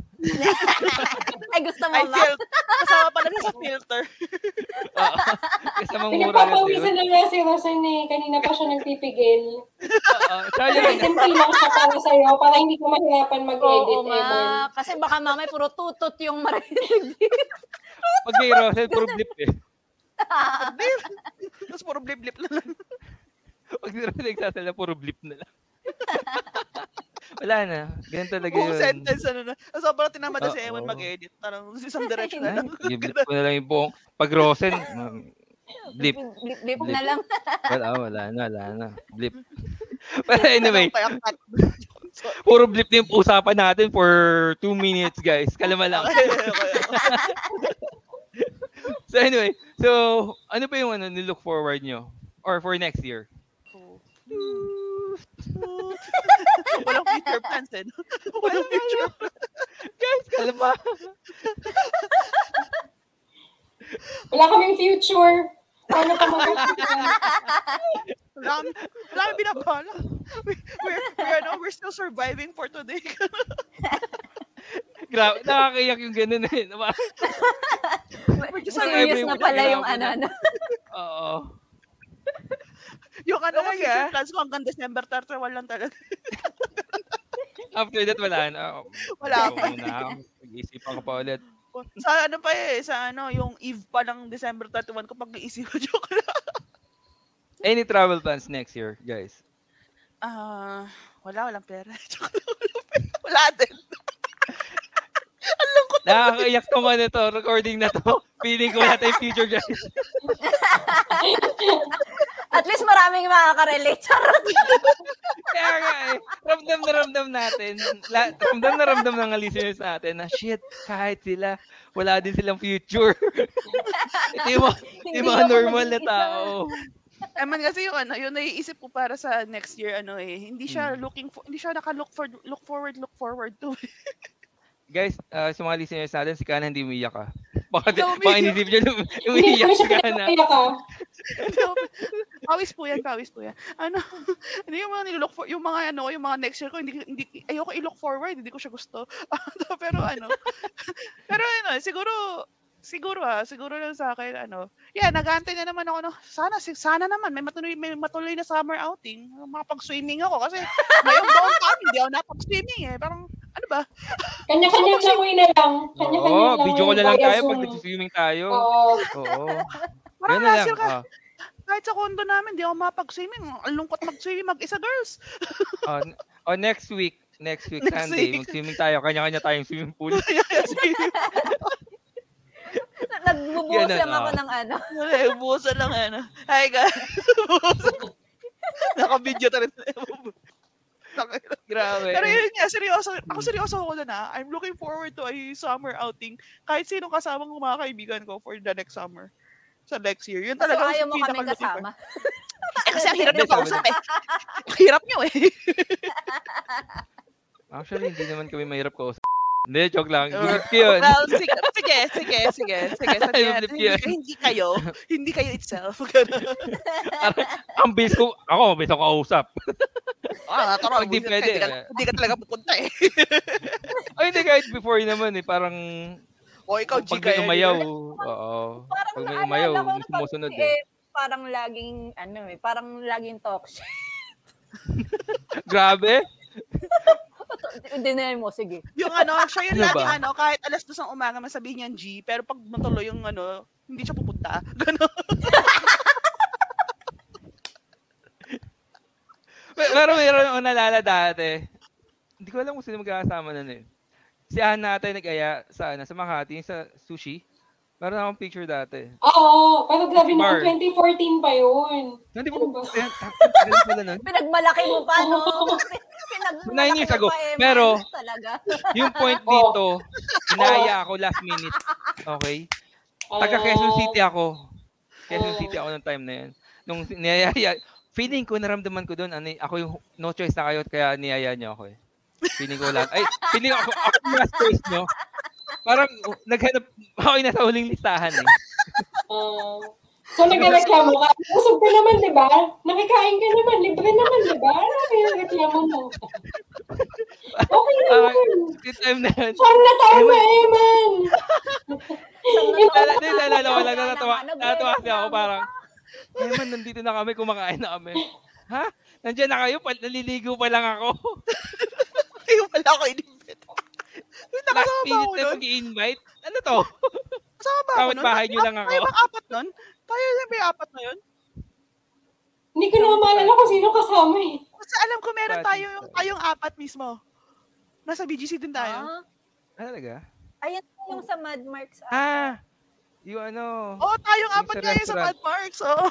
[SPEAKER 3] Ay, gusto mo
[SPEAKER 4] I
[SPEAKER 3] ba?
[SPEAKER 4] felt. Kasama pala siya sa filter.
[SPEAKER 2] Oo. Kasamang mura agad
[SPEAKER 1] Pinagpapawisan
[SPEAKER 2] eh.
[SPEAKER 1] lang nga si Rosan eh. Kanina pa siya nagpipigil.
[SPEAKER 2] Oo. Tsaka yun,
[SPEAKER 1] Simple lang siya para sa'yo para hindi ko mahirapan mag-edit
[SPEAKER 3] Oo nga. Kasi baka mamay puro tutot yung marinig.
[SPEAKER 2] pag may Rosel, puro blip eh.
[SPEAKER 4] Tapos puro blip-blip na lang.
[SPEAKER 2] Pag si Rosel nagsasala, puro blip na
[SPEAKER 4] [laughs]
[SPEAKER 2] lang. Wala na. Ganun talaga
[SPEAKER 4] Buong
[SPEAKER 2] yun.
[SPEAKER 4] sentence, ano na. Tapos parang tinamad na si
[SPEAKER 2] Oo.
[SPEAKER 4] Ewan mag-edit. Parang [laughs] isang direction na
[SPEAKER 2] Ay,
[SPEAKER 4] lang.
[SPEAKER 2] i-blip ko na lang yung buong, pag Rosel, um, blip.
[SPEAKER 3] Blip, blip
[SPEAKER 2] Blip.
[SPEAKER 3] na lang.
[SPEAKER 2] Wala, wala na, wala na.
[SPEAKER 4] [laughs]
[SPEAKER 2] Blip. But anyway,
[SPEAKER 4] Kaya cut.
[SPEAKER 2] puro blip na yung usapan natin for two minutes, guys. Kalma
[SPEAKER 4] [laughs]
[SPEAKER 2] lang.
[SPEAKER 4] Okay, okay.
[SPEAKER 2] So anyway, so ano ba yung ano, nilook forward nyo? Or for next year?
[SPEAKER 4] Walang future plans
[SPEAKER 2] [laughs]
[SPEAKER 4] eh. Walang future plans.
[SPEAKER 2] Guys, kalma.
[SPEAKER 1] Wala kaming future. Paano pa
[SPEAKER 2] [laughs]
[SPEAKER 1] mag
[SPEAKER 4] Wala kami, wala kami binabala. We, we're, we're, no, we're still surviving for today. [laughs]
[SPEAKER 2] Grabe, nakakayak yung ganun eh. Diba?
[SPEAKER 3] Serious na pala yung ano. ano.
[SPEAKER 2] Oo.
[SPEAKER 4] Yung ano ko,
[SPEAKER 2] Talaga?
[SPEAKER 4] future plans ko hanggang December 31 lang talaga.
[SPEAKER 2] After that, wala na. Oh,
[SPEAKER 4] Wala
[SPEAKER 2] pa. Mag-iisipan ko pa ulit.
[SPEAKER 4] Sa ano pa eh, sa ano, yung eve pa ng December 31 ko [laughs] pag-iisipan joke lang.
[SPEAKER 2] Any travel plans next year, guys?
[SPEAKER 4] Ah, wala, walang pera. [laughs] Joke lang, walang pera. Wala din.
[SPEAKER 2] Nakakaiyak tong ano to, recording na to. Feeling ko wala tayong future, guys.
[SPEAKER 3] At least maraming makaka-relate. Charot.
[SPEAKER 2] Kaya nga eh, ramdam na ramdam natin, la, ramdam na ramdam ng listeners natin na shit, kahit sila, wala din silang future. [laughs] Ito yung, mga-
[SPEAKER 3] Hindi
[SPEAKER 2] yung mga
[SPEAKER 3] ako
[SPEAKER 2] normal na
[SPEAKER 3] mag-iisa.
[SPEAKER 2] tao.
[SPEAKER 4] I mean, kasi yung ano, yung naiisip ko para sa next year ano eh, hindi siya looking for, hindi siya naka-look for look forward, look forward to. [laughs]
[SPEAKER 2] Guys, uh, sa mga listeners natin, si Kana hindi umiyak ah. Baka,
[SPEAKER 4] Hindi ako
[SPEAKER 2] baka
[SPEAKER 4] umiiyak.
[SPEAKER 2] inisip niya, na
[SPEAKER 1] Hindi
[SPEAKER 2] [laughs] umiiyak
[SPEAKER 1] ko
[SPEAKER 2] si
[SPEAKER 1] siya
[SPEAKER 2] Kana.
[SPEAKER 1] pinapakaya ka.
[SPEAKER 4] pawis po yan, pawis po yan. Ano, [laughs] ano yung mga nilook for, yung mga ano, yung mga next year ko, hindi, hindi, ayoko i-look forward, hindi ko siya gusto. [laughs] pero ano, [laughs] pero ano, siguro, siguro ah, siguro lang sa akin, ano, yeah, nag-aantay na naman ako, no, sana, si- sana naman, may matuloy, may matuloy na summer outing, makapag-swimming ako, kasi [laughs] ngayong buong taon, hindi ako napag-swimming eh, parang, ano ba,
[SPEAKER 1] Kanya-kanya lang way na lang. Kanya-kanya
[SPEAKER 2] Oo,
[SPEAKER 1] lang.
[SPEAKER 2] video ko na
[SPEAKER 1] way
[SPEAKER 2] lang
[SPEAKER 1] via
[SPEAKER 2] tayo
[SPEAKER 1] Zoom.
[SPEAKER 2] pag nag-swimming tayo.
[SPEAKER 1] Oo.
[SPEAKER 2] Oo.
[SPEAKER 4] parang
[SPEAKER 2] Ganun na
[SPEAKER 4] last
[SPEAKER 2] lang.
[SPEAKER 4] year ka,
[SPEAKER 2] ah.
[SPEAKER 4] kahit sa condo namin, hindi ako mapag-swimming, ang lungkot mag-swimming mag-isa, [laughs] girls.
[SPEAKER 2] Oh, n- oh, next week, next week,
[SPEAKER 4] Next
[SPEAKER 2] Sunday,
[SPEAKER 4] week.
[SPEAKER 2] mag-swimming tayo. Kanya-kanya tayong swimming pool.
[SPEAKER 3] Nagbubuhos
[SPEAKER 2] Ganun,
[SPEAKER 3] lang ako
[SPEAKER 2] ah.
[SPEAKER 3] ng ano.
[SPEAKER 4] Wala, buhusan lang ano. Hi guys. Buhusan. [laughs] Naka-video talaga. Nakakailan.
[SPEAKER 2] Grabe.
[SPEAKER 4] Pero yun nga, seryoso. Ako seryoso ako na na. I'm looking forward to a summer outing. Kahit sino kasama ko mga kaibigan ko for the next summer. Sa next year. Yun
[SPEAKER 3] So,
[SPEAKER 4] talaga.
[SPEAKER 3] ayaw mo kami kasama.
[SPEAKER 4] Kasi ang hirap
[SPEAKER 2] niyo
[SPEAKER 4] niyo
[SPEAKER 2] kausap
[SPEAKER 4] pausap eh. hirap niyo eh.
[SPEAKER 2] Actually, hindi naman kami mahirap ko. Hindi, joke lang.
[SPEAKER 4] Or-
[SPEAKER 2] Gulit ko yun.
[SPEAKER 4] Well, sige, [laughs] sige, sige, sige. sige. Sabihan,
[SPEAKER 2] Flip yun.
[SPEAKER 4] hindi, hindi kayo. Hindi kayo itself. Ganun.
[SPEAKER 2] Ang bilis ko, ako, bilis ako kausap.
[SPEAKER 4] Ah, tara,
[SPEAKER 2] Hindi
[SPEAKER 4] hindi,
[SPEAKER 2] pwede.
[SPEAKER 4] hindi, ka, hindi ka talaga pupunta eh.
[SPEAKER 2] Ay, hindi, kahit before naman eh, parang
[SPEAKER 4] O ikaw,
[SPEAKER 2] pag
[SPEAKER 4] Chika.
[SPEAKER 2] di
[SPEAKER 4] yan,
[SPEAKER 2] umayaw. Oo.
[SPEAKER 3] Para Parang
[SPEAKER 2] Pag may
[SPEAKER 3] naalala
[SPEAKER 2] umayaw,
[SPEAKER 3] ko
[SPEAKER 2] hindi
[SPEAKER 3] na pag
[SPEAKER 2] sumusunod
[SPEAKER 3] si
[SPEAKER 2] eh.
[SPEAKER 3] Ed, parang laging, ano eh, parang laging talk shit.
[SPEAKER 2] Grabe.
[SPEAKER 3] Deny mo, sige.
[SPEAKER 4] Yung ano, siya
[SPEAKER 2] Ano
[SPEAKER 4] yung laging
[SPEAKER 2] ba?
[SPEAKER 4] ano, kahit alas dos ng umaga, masabihin niya G, pero pag matuloy yung ano, hindi siya pupunta. [laughs] Ganon.
[SPEAKER 2] Pe- Pero meron akong nalala dati. Hindi ko alam kung sino magkakasama na eh. Si Ana ata yung nag-aya sa, ano, sa Makati, yung sa sushi. Meron akong picture dati.
[SPEAKER 1] Oo, pero grabe
[SPEAKER 2] Bar.
[SPEAKER 1] naman, 2014 pa yun. Ano
[SPEAKER 2] Hindi ko
[SPEAKER 1] ba?
[SPEAKER 2] Ganun pala nun.
[SPEAKER 3] Pinagmalaki mo pa, no? Pinagmalaki
[SPEAKER 2] Nine years
[SPEAKER 3] mo
[SPEAKER 2] ago.
[SPEAKER 3] pa, eh,
[SPEAKER 2] Pero,
[SPEAKER 3] man, talaga.
[SPEAKER 2] Yung point dito, inaya ako last minute. Okay? Taga
[SPEAKER 4] Oh.
[SPEAKER 2] Quezon City ako. Quezon
[SPEAKER 1] Oh.
[SPEAKER 2] City ako ng time na yun. Nung niyaya, feeling ko, naramdaman ko doon, ano, eh, ako yung no choice na kayo, kaya niyaya niyo ako eh. Feeling ko lang. Ay, feeling ko ako, ako yung last choice nyo. Parang oh, naghanap, ako yung nasa huling listahan eh.
[SPEAKER 1] Ah. so, nagreklamo ka. Busog ka naman, di ba? Nakikain ka naman. Libre naman, di ba? Ano yung reklamo mo?
[SPEAKER 2] [laughs]
[SPEAKER 1] Okay na
[SPEAKER 2] Parang,
[SPEAKER 1] yun.
[SPEAKER 2] Ah, yung time na yun.
[SPEAKER 1] Saan na tayo
[SPEAKER 2] Ewan.
[SPEAKER 1] na, Eman?
[SPEAKER 2] Lala, din, lalala ko lang, natatawa,
[SPEAKER 3] Ano,
[SPEAKER 2] natatawa
[SPEAKER 3] break
[SPEAKER 2] kasi ako
[SPEAKER 3] na.
[SPEAKER 2] parang, eh man, nandito na kami, kumakain na kami. Ha? Nandiyan na kayo, pal- naliligo pa lang ako.
[SPEAKER 4] Ayun pala ako inibit. Yung
[SPEAKER 2] Last
[SPEAKER 4] nakasama ba
[SPEAKER 2] minute
[SPEAKER 4] ako
[SPEAKER 2] na
[SPEAKER 4] nun?
[SPEAKER 2] mag-invite. Ano to?
[SPEAKER 4] Kasama ba ako
[SPEAKER 2] Kapit
[SPEAKER 4] nun?
[SPEAKER 2] bahay niyo lang
[SPEAKER 4] Tayo
[SPEAKER 2] ako.
[SPEAKER 4] bang apat nun? Tayo na ba yung apat na yun?
[SPEAKER 1] Hindi ko na maalala kung sino kasama eh.
[SPEAKER 4] Kasi alam ko meron
[SPEAKER 2] Dati,
[SPEAKER 4] tayo,
[SPEAKER 2] dati.
[SPEAKER 4] tayong apat mismo. Nasa BGC din tayo.
[SPEAKER 3] Ah,
[SPEAKER 2] Ah, talaga?
[SPEAKER 3] ayan yung sa Mad Marks. Ah,
[SPEAKER 2] Ah! Yung ano.
[SPEAKER 1] Oh!
[SPEAKER 4] Oo, tayong
[SPEAKER 2] Yung
[SPEAKER 4] apat
[SPEAKER 2] sa
[SPEAKER 4] nga yun sa
[SPEAKER 2] restaurant.
[SPEAKER 4] Mad Marks. Oo.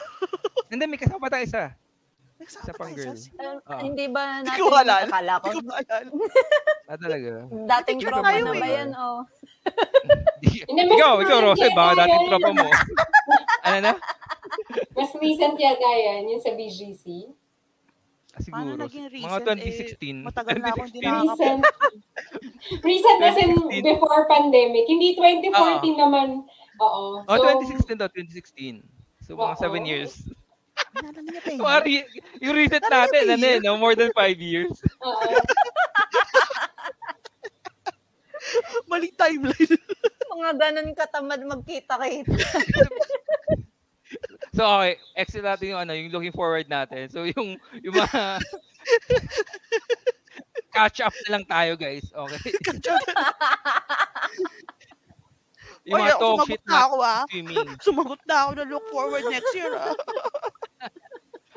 [SPEAKER 2] Hindi, may kasama pa tayo isa.
[SPEAKER 4] Nagsama
[SPEAKER 2] pang
[SPEAKER 4] tayo
[SPEAKER 2] girl.
[SPEAKER 4] sa-
[SPEAKER 2] ah.
[SPEAKER 3] hindi ba
[SPEAKER 4] Hindi
[SPEAKER 3] natin
[SPEAKER 4] ko maalala.
[SPEAKER 3] akala ko?
[SPEAKER 4] Hindi ko maalala.
[SPEAKER 2] Ah, talaga?
[SPEAKER 1] [laughs]
[SPEAKER 3] Dating
[SPEAKER 4] Hindi ko
[SPEAKER 3] tropa
[SPEAKER 4] tayo
[SPEAKER 3] na ba
[SPEAKER 2] eh.
[SPEAKER 3] yan? Oh.
[SPEAKER 2] Di-
[SPEAKER 1] Hindi, mas
[SPEAKER 2] ikaw, ikaw,
[SPEAKER 1] recent
[SPEAKER 2] Rose,
[SPEAKER 1] yata
[SPEAKER 2] baka dating
[SPEAKER 1] yan.
[SPEAKER 2] tropa
[SPEAKER 1] [laughs]
[SPEAKER 2] mo. ano na?
[SPEAKER 1] Mas recent yata yan, yun sa BGC.
[SPEAKER 2] Ah, siguro.
[SPEAKER 4] Paano naging
[SPEAKER 2] Mga
[SPEAKER 4] recent,
[SPEAKER 2] 2016.
[SPEAKER 4] eh, matagal na akong
[SPEAKER 2] 2016.
[SPEAKER 4] dinakap.
[SPEAKER 1] Recent.
[SPEAKER 4] [laughs]
[SPEAKER 1] recent as in
[SPEAKER 2] 2016.
[SPEAKER 1] before pandemic. Hindi 2014 naman. Oo.
[SPEAKER 2] Oh,
[SPEAKER 1] So,
[SPEAKER 2] 2016 daw, 2016. So, mga
[SPEAKER 1] Oo.
[SPEAKER 2] 7 years.
[SPEAKER 4] Naalala niya
[SPEAKER 2] [laughs]
[SPEAKER 4] pa yun.
[SPEAKER 2] Mari, yung recent
[SPEAKER 4] Parang
[SPEAKER 2] natin,
[SPEAKER 4] may
[SPEAKER 2] ano eh, no? more than 5 years.
[SPEAKER 1] Oo.
[SPEAKER 4] Maling timeline.
[SPEAKER 3] Mga ganun katamad magkita kayo.
[SPEAKER 2] So, okay, exit natin yung ano, yung looking forward natin. So, [laughs] yung, yung
[SPEAKER 4] [laughs]
[SPEAKER 2] mga... catch up na lang tayo, guys.
[SPEAKER 4] [laughs]
[SPEAKER 2] Okay? [laughs] yung
[SPEAKER 4] Oy,
[SPEAKER 2] mga
[SPEAKER 4] oh,
[SPEAKER 2] talk
[SPEAKER 4] sumagot
[SPEAKER 2] shit
[SPEAKER 4] na
[SPEAKER 2] na
[SPEAKER 4] ako ah.
[SPEAKER 2] swimming.
[SPEAKER 4] Sumagot na ako na look forward next year ah.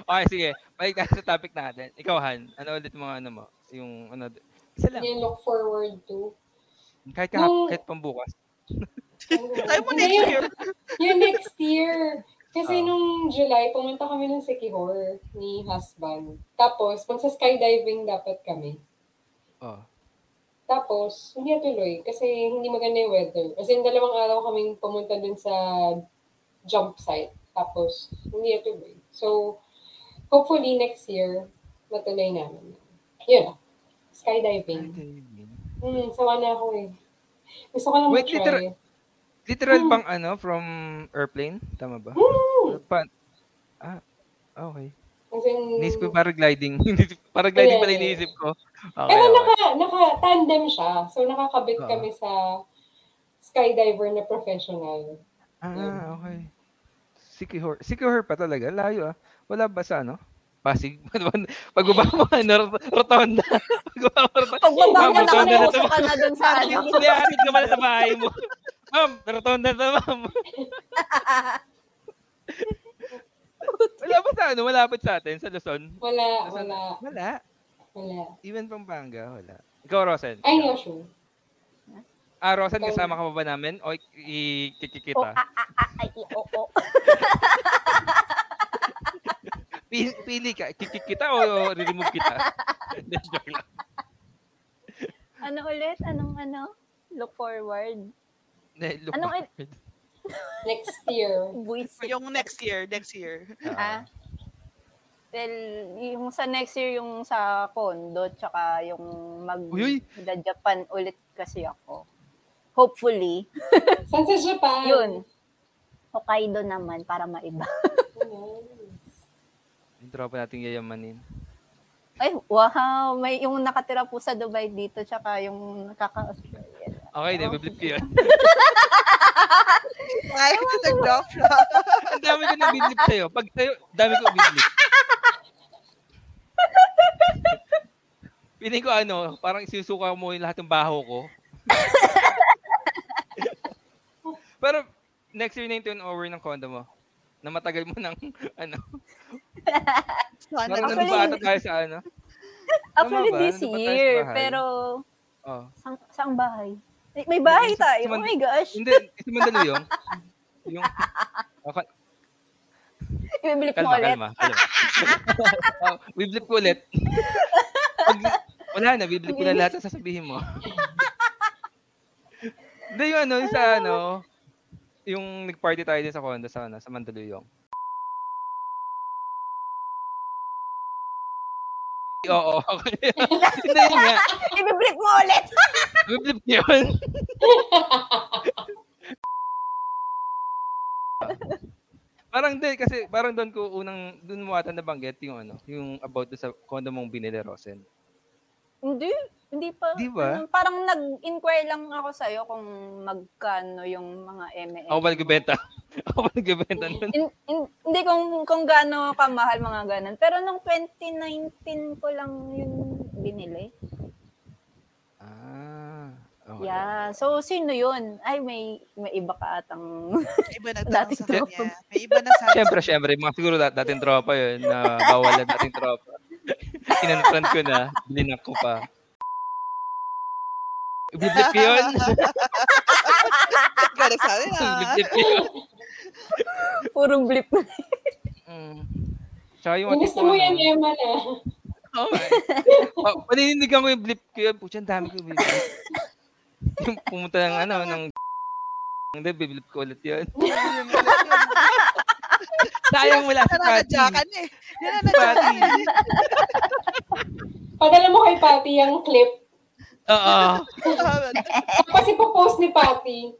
[SPEAKER 2] Okay, sige. Balik tayo sa topic natin. Ikaw, Han, ano ulit mga ano mo? Yung ano, isa lang.
[SPEAKER 1] yun look forward to.
[SPEAKER 4] [laughs]
[SPEAKER 2] Kahit, ka,
[SPEAKER 1] Yung-
[SPEAKER 2] kahit pambukas.
[SPEAKER 4] Tayo mo
[SPEAKER 1] Hindi,
[SPEAKER 4] next
[SPEAKER 1] yun-
[SPEAKER 4] year.
[SPEAKER 1] Yung next year. Kasi
[SPEAKER 2] Ah.
[SPEAKER 1] nung July, pumunta kami ng Sikihor ni husband. Tapos, magsa skydiving dapat kami.
[SPEAKER 2] Oh.
[SPEAKER 1] Tapos, hindi natuloy kasi hindi maganda yung weather. Kasi dalawang araw kaming pumunta dun sa jump site. Tapos, hindi natuloy. So, hopefully next year, matuloy namin. Yun. Skydiving. Hmm, sawa na ako eh. Gusto ko lang
[SPEAKER 2] Wait,
[SPEAKER 1] matry.
[SPEAKER 2] literal- Literal
[SPEAKER 1] Hmm.
[SPEAKER 2] bang ano, from airplane? Tama ba?
[SPEAKER 1] Hmm.
[SPEAKER 2] Or Pa- ah, okay.
[SPEAKER 1] As in,
[SPEAKER 2] Naisip ko [laughs] paragliding. paragliding pala
[SPEAKER 1] Yeah.
[SPEAKER 2] iniisip ko. Okay,
[SPEAKER 1] Pero
[SPEAKER 2] okay.
[SPEAKER 1] naka, naka-tandem siya. So, nakakabit
[SPEAKER 2] Oo.
[SPEAKER 1] kami sa skydiver na professional.
[SPEAKER 2] Ah, okay. Sikihor. Sikihor pa talaga. Layo ah. Wala ba sa ano? Pasig. [laughs] Pag mo, ano, rotonda. [laughs] Pag mo, rotonda.
[SPEAKER 3] Pagbaba mo
[SPEAKER 2] Ma'am,
[SPEAKER 3] na
[SPEAKER 2] rotonda na
[SPEAKER 3] kung
[SPEAKER 2] to.
[SPEAKER 3] ka na dun sa ano.
[SPEAKER 2] Hindi, atin ka pala sa bahay mo. [laughs] Ma'am, rotonda na,
[SPEAKER 1] [laughs]
[SPEAKER 2] ma'am. Wala ba sa ano? Malapit sa atin, sa Luzon?
[SPEAKER 1] Wala,
[SPEAKER 2] Luzon?
[SPEAKER 1] wala,
[SPEAKER 2] Wala.
[SPEAKER 1] wala.
[SPEAKER 2] Even Pampanga, wala. Ikaw, Rosen.
[SPEAKER 1] Ay, no, sure.
[SPEAKER 2] Ah, Rosen,
[SPEAKER 1] Ikaw.
[SPEAKER 2] kasama ka pa ba namin? O ikikikita?
[SPEAKER 3] Oh, ah, ah, ah, ay, oo. Oh,
[SPEAKER 2] Pili, pili ka. Kikikita o remove kita? Hindi, [laughs] joke lang.
[SPEAKER 3] Ano ulit? Anong ano? Look forward.
[SPEAKER 2] Hindi, look
[SPEAKER 3] Anong
[SPEAKER 2] forward.
[SPEAKER 1] Next year.
[SPEAKER 3] Buisit.
[SPEAKER 4] Yung next year, next year.
[SPEAKER 2] Ah.
[SPEAKER 3] Ah. Well, yung sa next year, yung sa condo, tsaka yung
[SPEAKER 2] Uy, uy.
[SPEAKER 3] mag-Japan ulit kasi ako. Hopefully.
[SPEAKER 1] San sa Japan?
[SPEAKER 3] Yun. Hokkaido naman, para maiba. [laughs]
[SPEAKER 2] Yung tropa nating yayamanin.
[SPEAKER 3] Ay, wow! May yung nakatira po sa Dubai dito, tsaka yung nakaka
[SPEAKER 2] Okay, oh. biblip ko yun.
[SPEAKER 4] Ay, nag-drop siya.
[SPEAKER 2] [laughs] Ang dami ko na bidlip sa'yo. Pag sa'yo, dami ko bidlip. Piling ko ano, parang isusuka mo yung lahat ng baho ko. [laughs] Pero next year na yung turnover ng condo mo. Na matagal mo ng ano.
[SPEAKER 4] Sana
[SPEAKER 2] Parang
[SPEAKER 4] ganun
[SPEAKER 2] ano
[SPEAKER 3] Actually,
[SPEAKER 2] ba
[SPEAKER 4] ba?
[SPEAKER 2] ata tayo sa ano?
[SPEAKER 3] Actually,
[SPEAKER 2] ba?
[SPEAKER 3] this
[SPEAKER 2] Ano ba tayo sa
[SPEAKER 3] year.
[SPEAKER 2] bahay?
[SPEAKER 3] Pero,
[SPEAKER 2] Oh.
[SPEAKER 3] sang, saang bahay? May, may bahay
[SPEAKER 2] Yung sa-
[SPEAKER 3] tayo.
[SPEAKER 2] sa
[SPEAKER 3] Oh
[SPEAKER 2] Mand-
[SPEAKER 3] my gosh.
[SPEAKER 2] Hindi, si Mandaluyong. yung okay,
[SPEAKER 3] Ibibilip mo
[SPEAKER 2] kalma,
[SPEAKER 3] ulit.
[SPEAKER 2] kalma, kalma.
[SPEAKER 3] [laughs]
[SPEAKER 2] oh, biblip ko ulit. Pag, wala na, biblip ko na lahat ang sasabihin mo. [laughs] Hindi yung ano, yung sa ano, yung nag-party tayo din sa condo sa, ano, sa
[SPEAKER 3] [laughs]
[SPEAKER 2] Mandaluyong. Oo, [laughs] okay. Hindi yun
[SPEAKER 3] [laughs]
[SPEAKER 2] nga.
[SPEAKER 3] Ibibilip mo ulit. [laughs]
[SPEAKER 2] Biblip ko yun. [laughs] parang di, kasi parang doon ko unang, doon mo ata nabanggit yung ano, yung about doon sa condo mong binili, Rosen.
[SPEAKER 3] Hindi. Hindi pa.
[SPEAKER 2] Di ba?
[SPEAKER 3] Ano, parang nag-inquire lang ako sa'yo kung magkano yung mga ML.
[SPEAKER 2] Ako ba nagbenta? [laughs] Ako ba nagbenta nun?
[SPEAKER 3] In- in- hindi kung kung gaano kamahal mga ganun. Pero nung 2019 ko lang yun binili.
[SPEAKER 2] Ah. Okay.
[SPEAKER 3] Yeah. So, sino yun? Ay, may, may iba ka atang... [laughs]
[SPEAKER 4] May iba nagtanong
[SPEAKER 3] Dati
[SPEAKER 4] sa
[SPEAKER 3] tropa.
[SPEAKER 4] kanya. May iba na sa
[SPEAKER 2] Siyempre, siyempre. Mga siguro dat- dating tropa yun na bawalan dating tropa. [laughs] Kinonfront ko na. Bininak ko pa. Biblip ko yun. [laughs]
[SPEAKER 4] Ikaw nagsabi na.
[SPEAKER 2] Biblip ko yun.
[SPEAKER 3] Puro blip.
[SPEAKER 2] Mm. Tsaka yung
[SPEAKER 1] Kung
[SPEAKER 2] ate
[SPEAKER 1] gusto
[SPEAKER 2] ko,
[SPEAKER 1] mo
[SPEAKER 2] ano,
[SPEAKER 1] yan, Emma na.
[SPEAKER 2] Oh, oh, paninindigan ko yung blip ko yun. Pucha, ang dami ko yung blip. yung pumunta ng ano, ng [laughs] hindi, biblip ko ulit yun. Sayang wala sa party.
[SPEAKER 4] Nananadyakan eh.
[SPEAKER 2] [laughs]
[SPEAKER 4] Nananadyakan eh.
[SPEAKER 1] Padala mo kay Patty yung clip.
[SPEAKER 2] Oo.
[SPEAKER 1] Tapos ipopost ni Patty.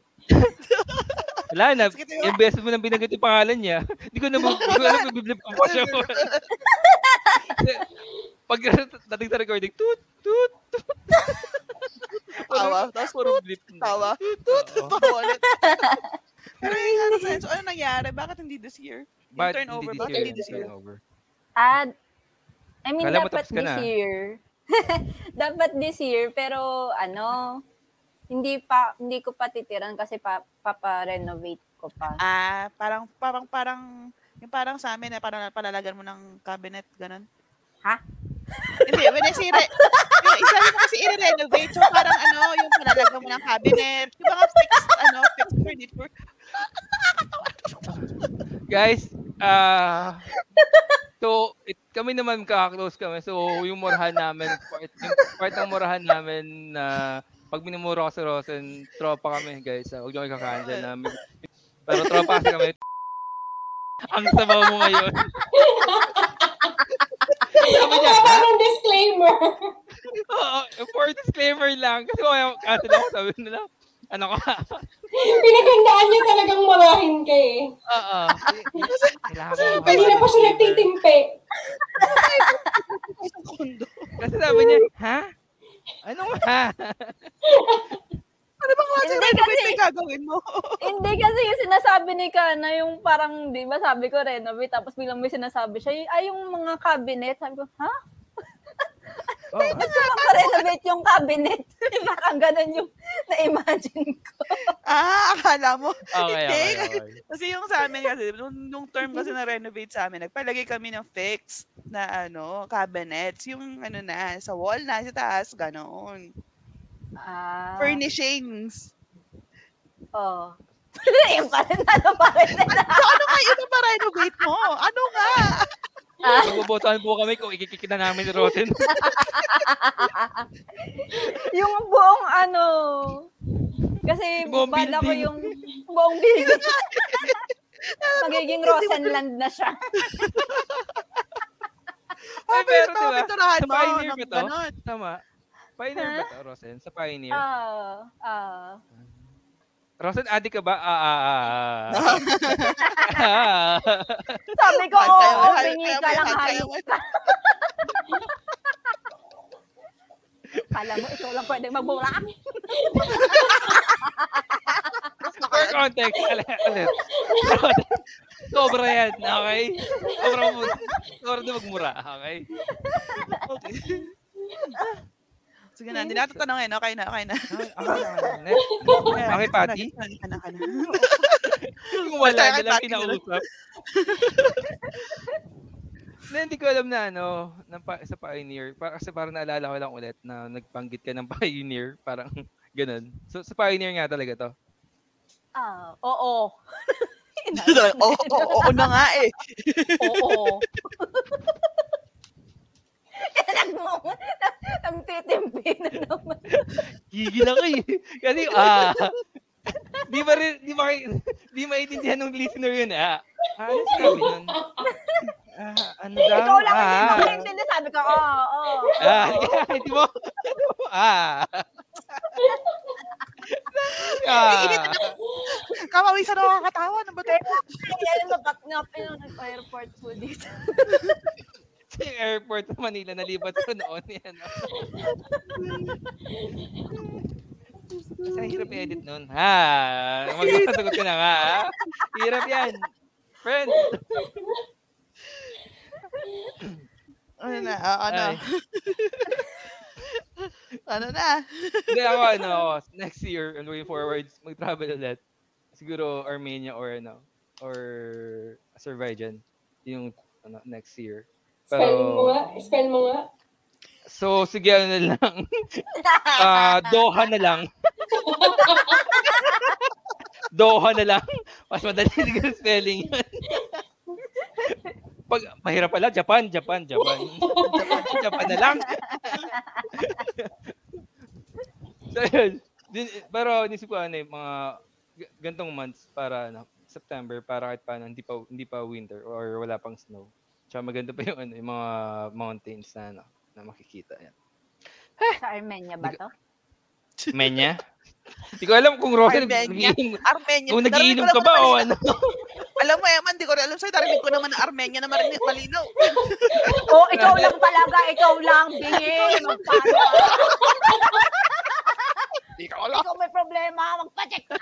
[SPEAKER 2] Wala na.
[SPEAKER 4] Sige, tayo.
[SPEAKER 2] Yung beses mo nang binagot yung pangalan niya, hindi ko na bu- hindi ko alam kung biblip ko pa siya. Pag [laughs] dating sa recording, tut, tut, tut.
[SPEAKER 4] Tawa. Tapos
[SPEAKER 2] puro blip.
[SPEAKER 4] Tawa.
[SPEAKER 2] Oo.
[SPEAKER 4] Tawa
[SPEAKER 2] [laughs]
[SPEAKER 4] ulit. Pero yung ano, so, ano nangyari? Bakit hindi this year? Yung
[SPEAKER 2] Bakit
[SPEAKER 4] turnover,
[SPEAKER 2] hindi this
[SPEAKER 4] bakit
[SPEAKER 2] year?
[SPEAKER 4] hindi this year?
[SPEAKER 2] Turnover.
[SPEAKER 3] At, I mean,
[SPEAKER 2] Kala mo
[SPEAKER 3] dapat
[SPEAKER 2] tapos ka
[SPEAKER 3] this
[SPEAKER 2] na.
[SPEAKER 3] year. [laughs] dapat this year, pero ano, hindi pa hindi ko pa titiran kasi pa, papa-renovate ko pa.
[SPEAKER 4] Ah, parang, parang, parang, yung parang sa amin, eh, parang palalagan mo ng cabinet, ganun.
[SPEAKER 3] Ha?
[SPEAKER 4] Hindi, when I say, re- yung isa mo kasi i-renovate, so parang ano, yung palalagan mo ng cabinet, yung mga fixed, ano, fixed furniture.
[SPEAKER 2] Guys, ah so it, kami naman kakaklose kami. So yung murahan namin, part, yung part ng murahan namin na pag minumura ko sa Rosen, tropa kami guys. So, huwag niyo kayo kakain dyan. na may- Pero tropa kasi kami. Ang sabaw mo ngayon.
[SPEAKER 1] Ang haba ng disclaimer. [laughs]
[SPEAKER 2] Oo, for disclaimer lang. Kasi kaya kasi ako sabi nila, ano ka?
[SPEAKER 1] Pinagandaan niya talagang marahin ka eh.
[SPEAKER 2] Oo. Kailangan
[SPEAKER 1] Hindi
[SPEAKER 2] ko
[SPEAKER 1] na pa siya
[SPEAKER 2] mag-disclaimer.
[SPEAKER 1] nagtitimpe.
[SPEAKER 4] Sa kondo.
[SPEAKER 2] Kasi sabi niya, ha? Anong ha?
[SPEAKER 4] Ano bang kasi
[SPEAKER 3] Hindi
[SPEAKER 4] renovate
[SPEAKER 3] kasi-
[SPEAKER 4] na yung gagawin mo?
[SPEAKER 3] Hindi kasi yung sinasabi ni Kana, yung parang, di ba, sabi ko renovate, tapos bilang may sinasabi siya, "Y- ay, yung mga cabinet, sabi ko, ha?
[SPEAKER 2] Oo.
[SPEAKER 3] Ba't ko renovate yung cabinet? [laughs] parang ganun yung na-imagine ko.
[SPEAKER 4] [laughs] Ah, akala mo.
[SPEAKER 2] Okay,
[SPEAKER 4] Hindi,
[SPEAKER 2] okay,
[SPEAKER 4] kasi-
[SPEAKER 2] okay.
[SPEAKER 4] Kasi yung sa amin kasi, nung, nung term kasi na-renovate sa amin, nagpalagay kami ng fixed na ano, cabinets. Yung ano na, sa wall na, sa taas, ganoon.
[SPEAKER 3] Ah,
[SPEAKER 4] Furnishings.
[SPEAKER 3] Oo. [laughs] yung parang ano pa rin.
[SPEAKER 4] Ano kayo na pa-renovate mo? Ano nga?
[SPEAKER 2] Ah, Magbobotohan po kami kung ikikikita namin ni Rosen.
[SPEAKER 3] yung buong ano, kasi
[SPEAKER 2] Buong
[SPEAKER 3] bala ko
[SPEAKER 2] building.
[SPEAKER 3] yung buong building. Magiging Rosenland na siya.
[SPEAKER 4] Oh,
[SPEAKER 2] Ay, pero
[SPEAKER 4] pero
[SPEAKER 2] diba, sa
[SPEAKER 4] pinturahan mo.
[SPEAKER 2] Pioneer
[SPEAKER 4] ng
[SPEAKER 2] ba to?
[SPEAKER 4] ganon.
[SPEAKER 2] Tama. Pioneer
[SPEAKER 3] Ha?
[SPEAKER 2] ba to, Rosen? Sa Pioneer?
[SPEAKER 3] Ah, ah.
[SPEAKER 2] Rosen, adik ka ba? Ah, ah, ah, ah.
[SPEAKER 3] Sabi ko,
[SPEAKER 4] Hantay
[SPEAKER 3] oo,
[SPEAKER 4] mo, hantay
[SPEAKER 3] bingi
[SPEAKER 4] mo,
[SPEAKER 3] ka lang
[SPEAKER 4] hantay
[SPEAKER 3] halos
[SPEAKER 4] mo.
[SPEAKER 3] ka. Kala mo, ikaw lang pwede magbura.
[SPEAKER 2] For context, ulit. ulit. [laughs] Sobra yan, okay? Sobra mo. Sobra na magmura, okay?
[SPEAKER 4] Okay. Sige na, hindi natin tanongin. Okay na, okay na.
[SPEAKER 2] Okay, okay, okay. Next. Okay, Patty?
[SPEAKER 4] Ka na, ka na.
[SPEAKER 2] Yung wala
[SPEAKER 4] Basta kay
[SPEAKER 2] nilang
[SPEAKER 4] Patty na lang.
[SPEAKER 2] kinausap. [laughs] Hindi, hindi ko alam na ano, ng pa, sa Pioneer. Pa, kasi parang naalala ko lang ulit na nagpanggit ka ng [laughs] Pioneer. Parang ganun. So, sa Pioneer nga talaga to.
[SPEAKER 3] Ah, oo.
[SPEAKER 4] [laughs] Oo, oo, oo, oo na nga eh.
[SPEAKER 3] [laughs] Oo. Nagmong, ang titimpi na naman.
[SPEAKER 2] Gigil ako eh. [laughs] Kasi, ah, di ba rin, di ba, di maintindihan ng listener yun, ah. Ah, ano sabi nun? Ah, ano daw?
[SPEAKER 3] Ikaw lang hindi
[SPEAKER 2] ah,
[SPEAKER 3] makaintindi. Sabi ko, oo, oo.
[SPEAKER 2] Ah, [laughs] di mo, ah. Ah.
[SPEAKER 4] Kamawisan ako kakatawa. Ano ba ito?
[SPEAKER 3] Ay, alam mo, back na pa yung nag-airport po dito.
[SPEAKER 2] Sa airport sa Manila, nalipat ko noon [laughs] yan. oh. Ang hirap i-edit noon. Ha? Magsasagot ko na nga. ha? Hirap yan. Friend.
[SPEAKER 4] Ano na? ah, ano?
[SPEAKER 2] Ay.
[SPEAKER 4] [laughs] ano na?
[SPEAKER 2] Hindi ako, ano, ako, next year, and way forwards, mag-travel ulit. Siguro Armenia or ano, or Azerbaijan. Yung ano, next year.
[SPEAKER 1] Spell mo
[SPEAKER 2] Pero,
[SPEAKER 1] nga. Spell mo nga.
[SPEAKER 2] so, sige, ano na lang. Ah, Doha na lang. [laughs] Doha na lang. Mas madali [laughs] siguro spelling yun. Pag, mahirap pala, Japan, Japan, Japan. Japan, Japan na lang. [laughs] so, yun. Din, pero nisip ko ano, eh, mga g- gantong months para ano, September para kahit paano hindi pa hindi pa winter or wala pang snow. Tsaka maganda pa yung ano, yung mga mountains na ano, na makikita. Yan.
[SPEAKER 3] Sa Armenia ba to?
[SPEAKER 2] Menya? Hindi ko alam kung Rosen
[SPEAKER 4] Armenia.
[SPEAKER 2] nagiinom,
[SPEAKER 4] Armenia.
[SPEAKER 2] kung
[SPEAKER 4] Narinig ko
[SPEAKER 2] nagiinom ka ba
[SPEAKER 4] naman na
[SPEAKER 2] o
[SPEAKER 4] malinaw.
[SPEAKER 2] ano.
[SPEAKER 4] Alam mo, Eman, di ko rin alam sa'yo. Narinig ko naman na Armenia na marinig malinaw.
[SPEAKER 3] Oo, Oh, ikaw lang talaga. Ikaw lang. Bingi. Magpano.
[SPEAKER 2] Ikaw
[SPEAKER 3] Ikaw may problema. Magpacheck ka.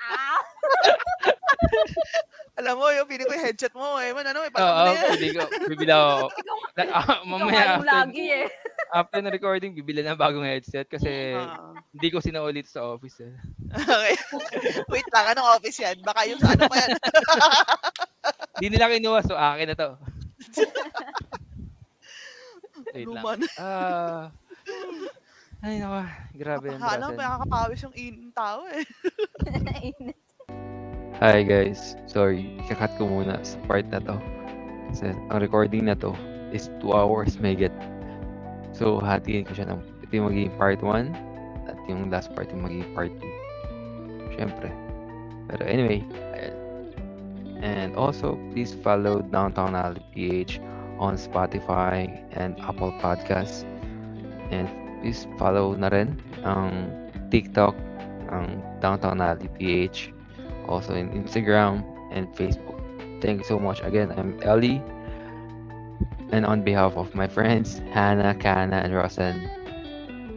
[SPEAKER 4] Alam mo, yung pili ko yung headset mo, Eman. Ano, may
[SPEAKER 2] Oo,
[SPEAKER 4] palang na yan.
[SPEAKER 2] pili ko. Bibila ako.
[SPEAKER 3] [laughs] Ikaw,
[SPEAKER 2] Na- ah,
[SPEAKER 3] ikaw
[SPEAKER 2] mamaya after,
[SPEAKER 3] ang lagi eh.
[SPEAKER 2] after na recording, bibila na bagong headset kasi
[SPEAKER 4] Ah.
[SPEAKER 2] hindi ko sinaulit sa office. Eh.
[SPEAKER 4] Okay. [laughs] Wait lang, anong office yan? Baka yung sa ano pa yan.
[SPEAKER 2] Hindi nila kinuha, so akin na to. Wait lang.
[SPEAKER 4] Luman.
[SPEAKER 2] Ah. ay, naku. Grabe yung
[SPEAKER 4] Baka alam, makakapawis yung in tao eh.
[SPEAKER 3] [laughs]
[SPEAKER 2] Hi guys, sorry, kakat ko muna sa part na to. Kasi ang recording na to is 2 hours may get. So, hatiin ko siya ng, ito yung magiging part 1 at yung last part yung magiging part 2. Siyempre. Pero anyway, ayan. And also, please follow Downtown Alley PH on Spotify and Apple Podcasts. And please follow na rin ang TikTok ang Downtown Alley PH also in Instagram and Facebook. Thank you so much again. I'm Ellie, and on behalf of my friends Hannah, Kana, and Rosen,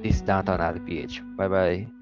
[SPEAKER 2] this is Downtown LPH. Bye bye.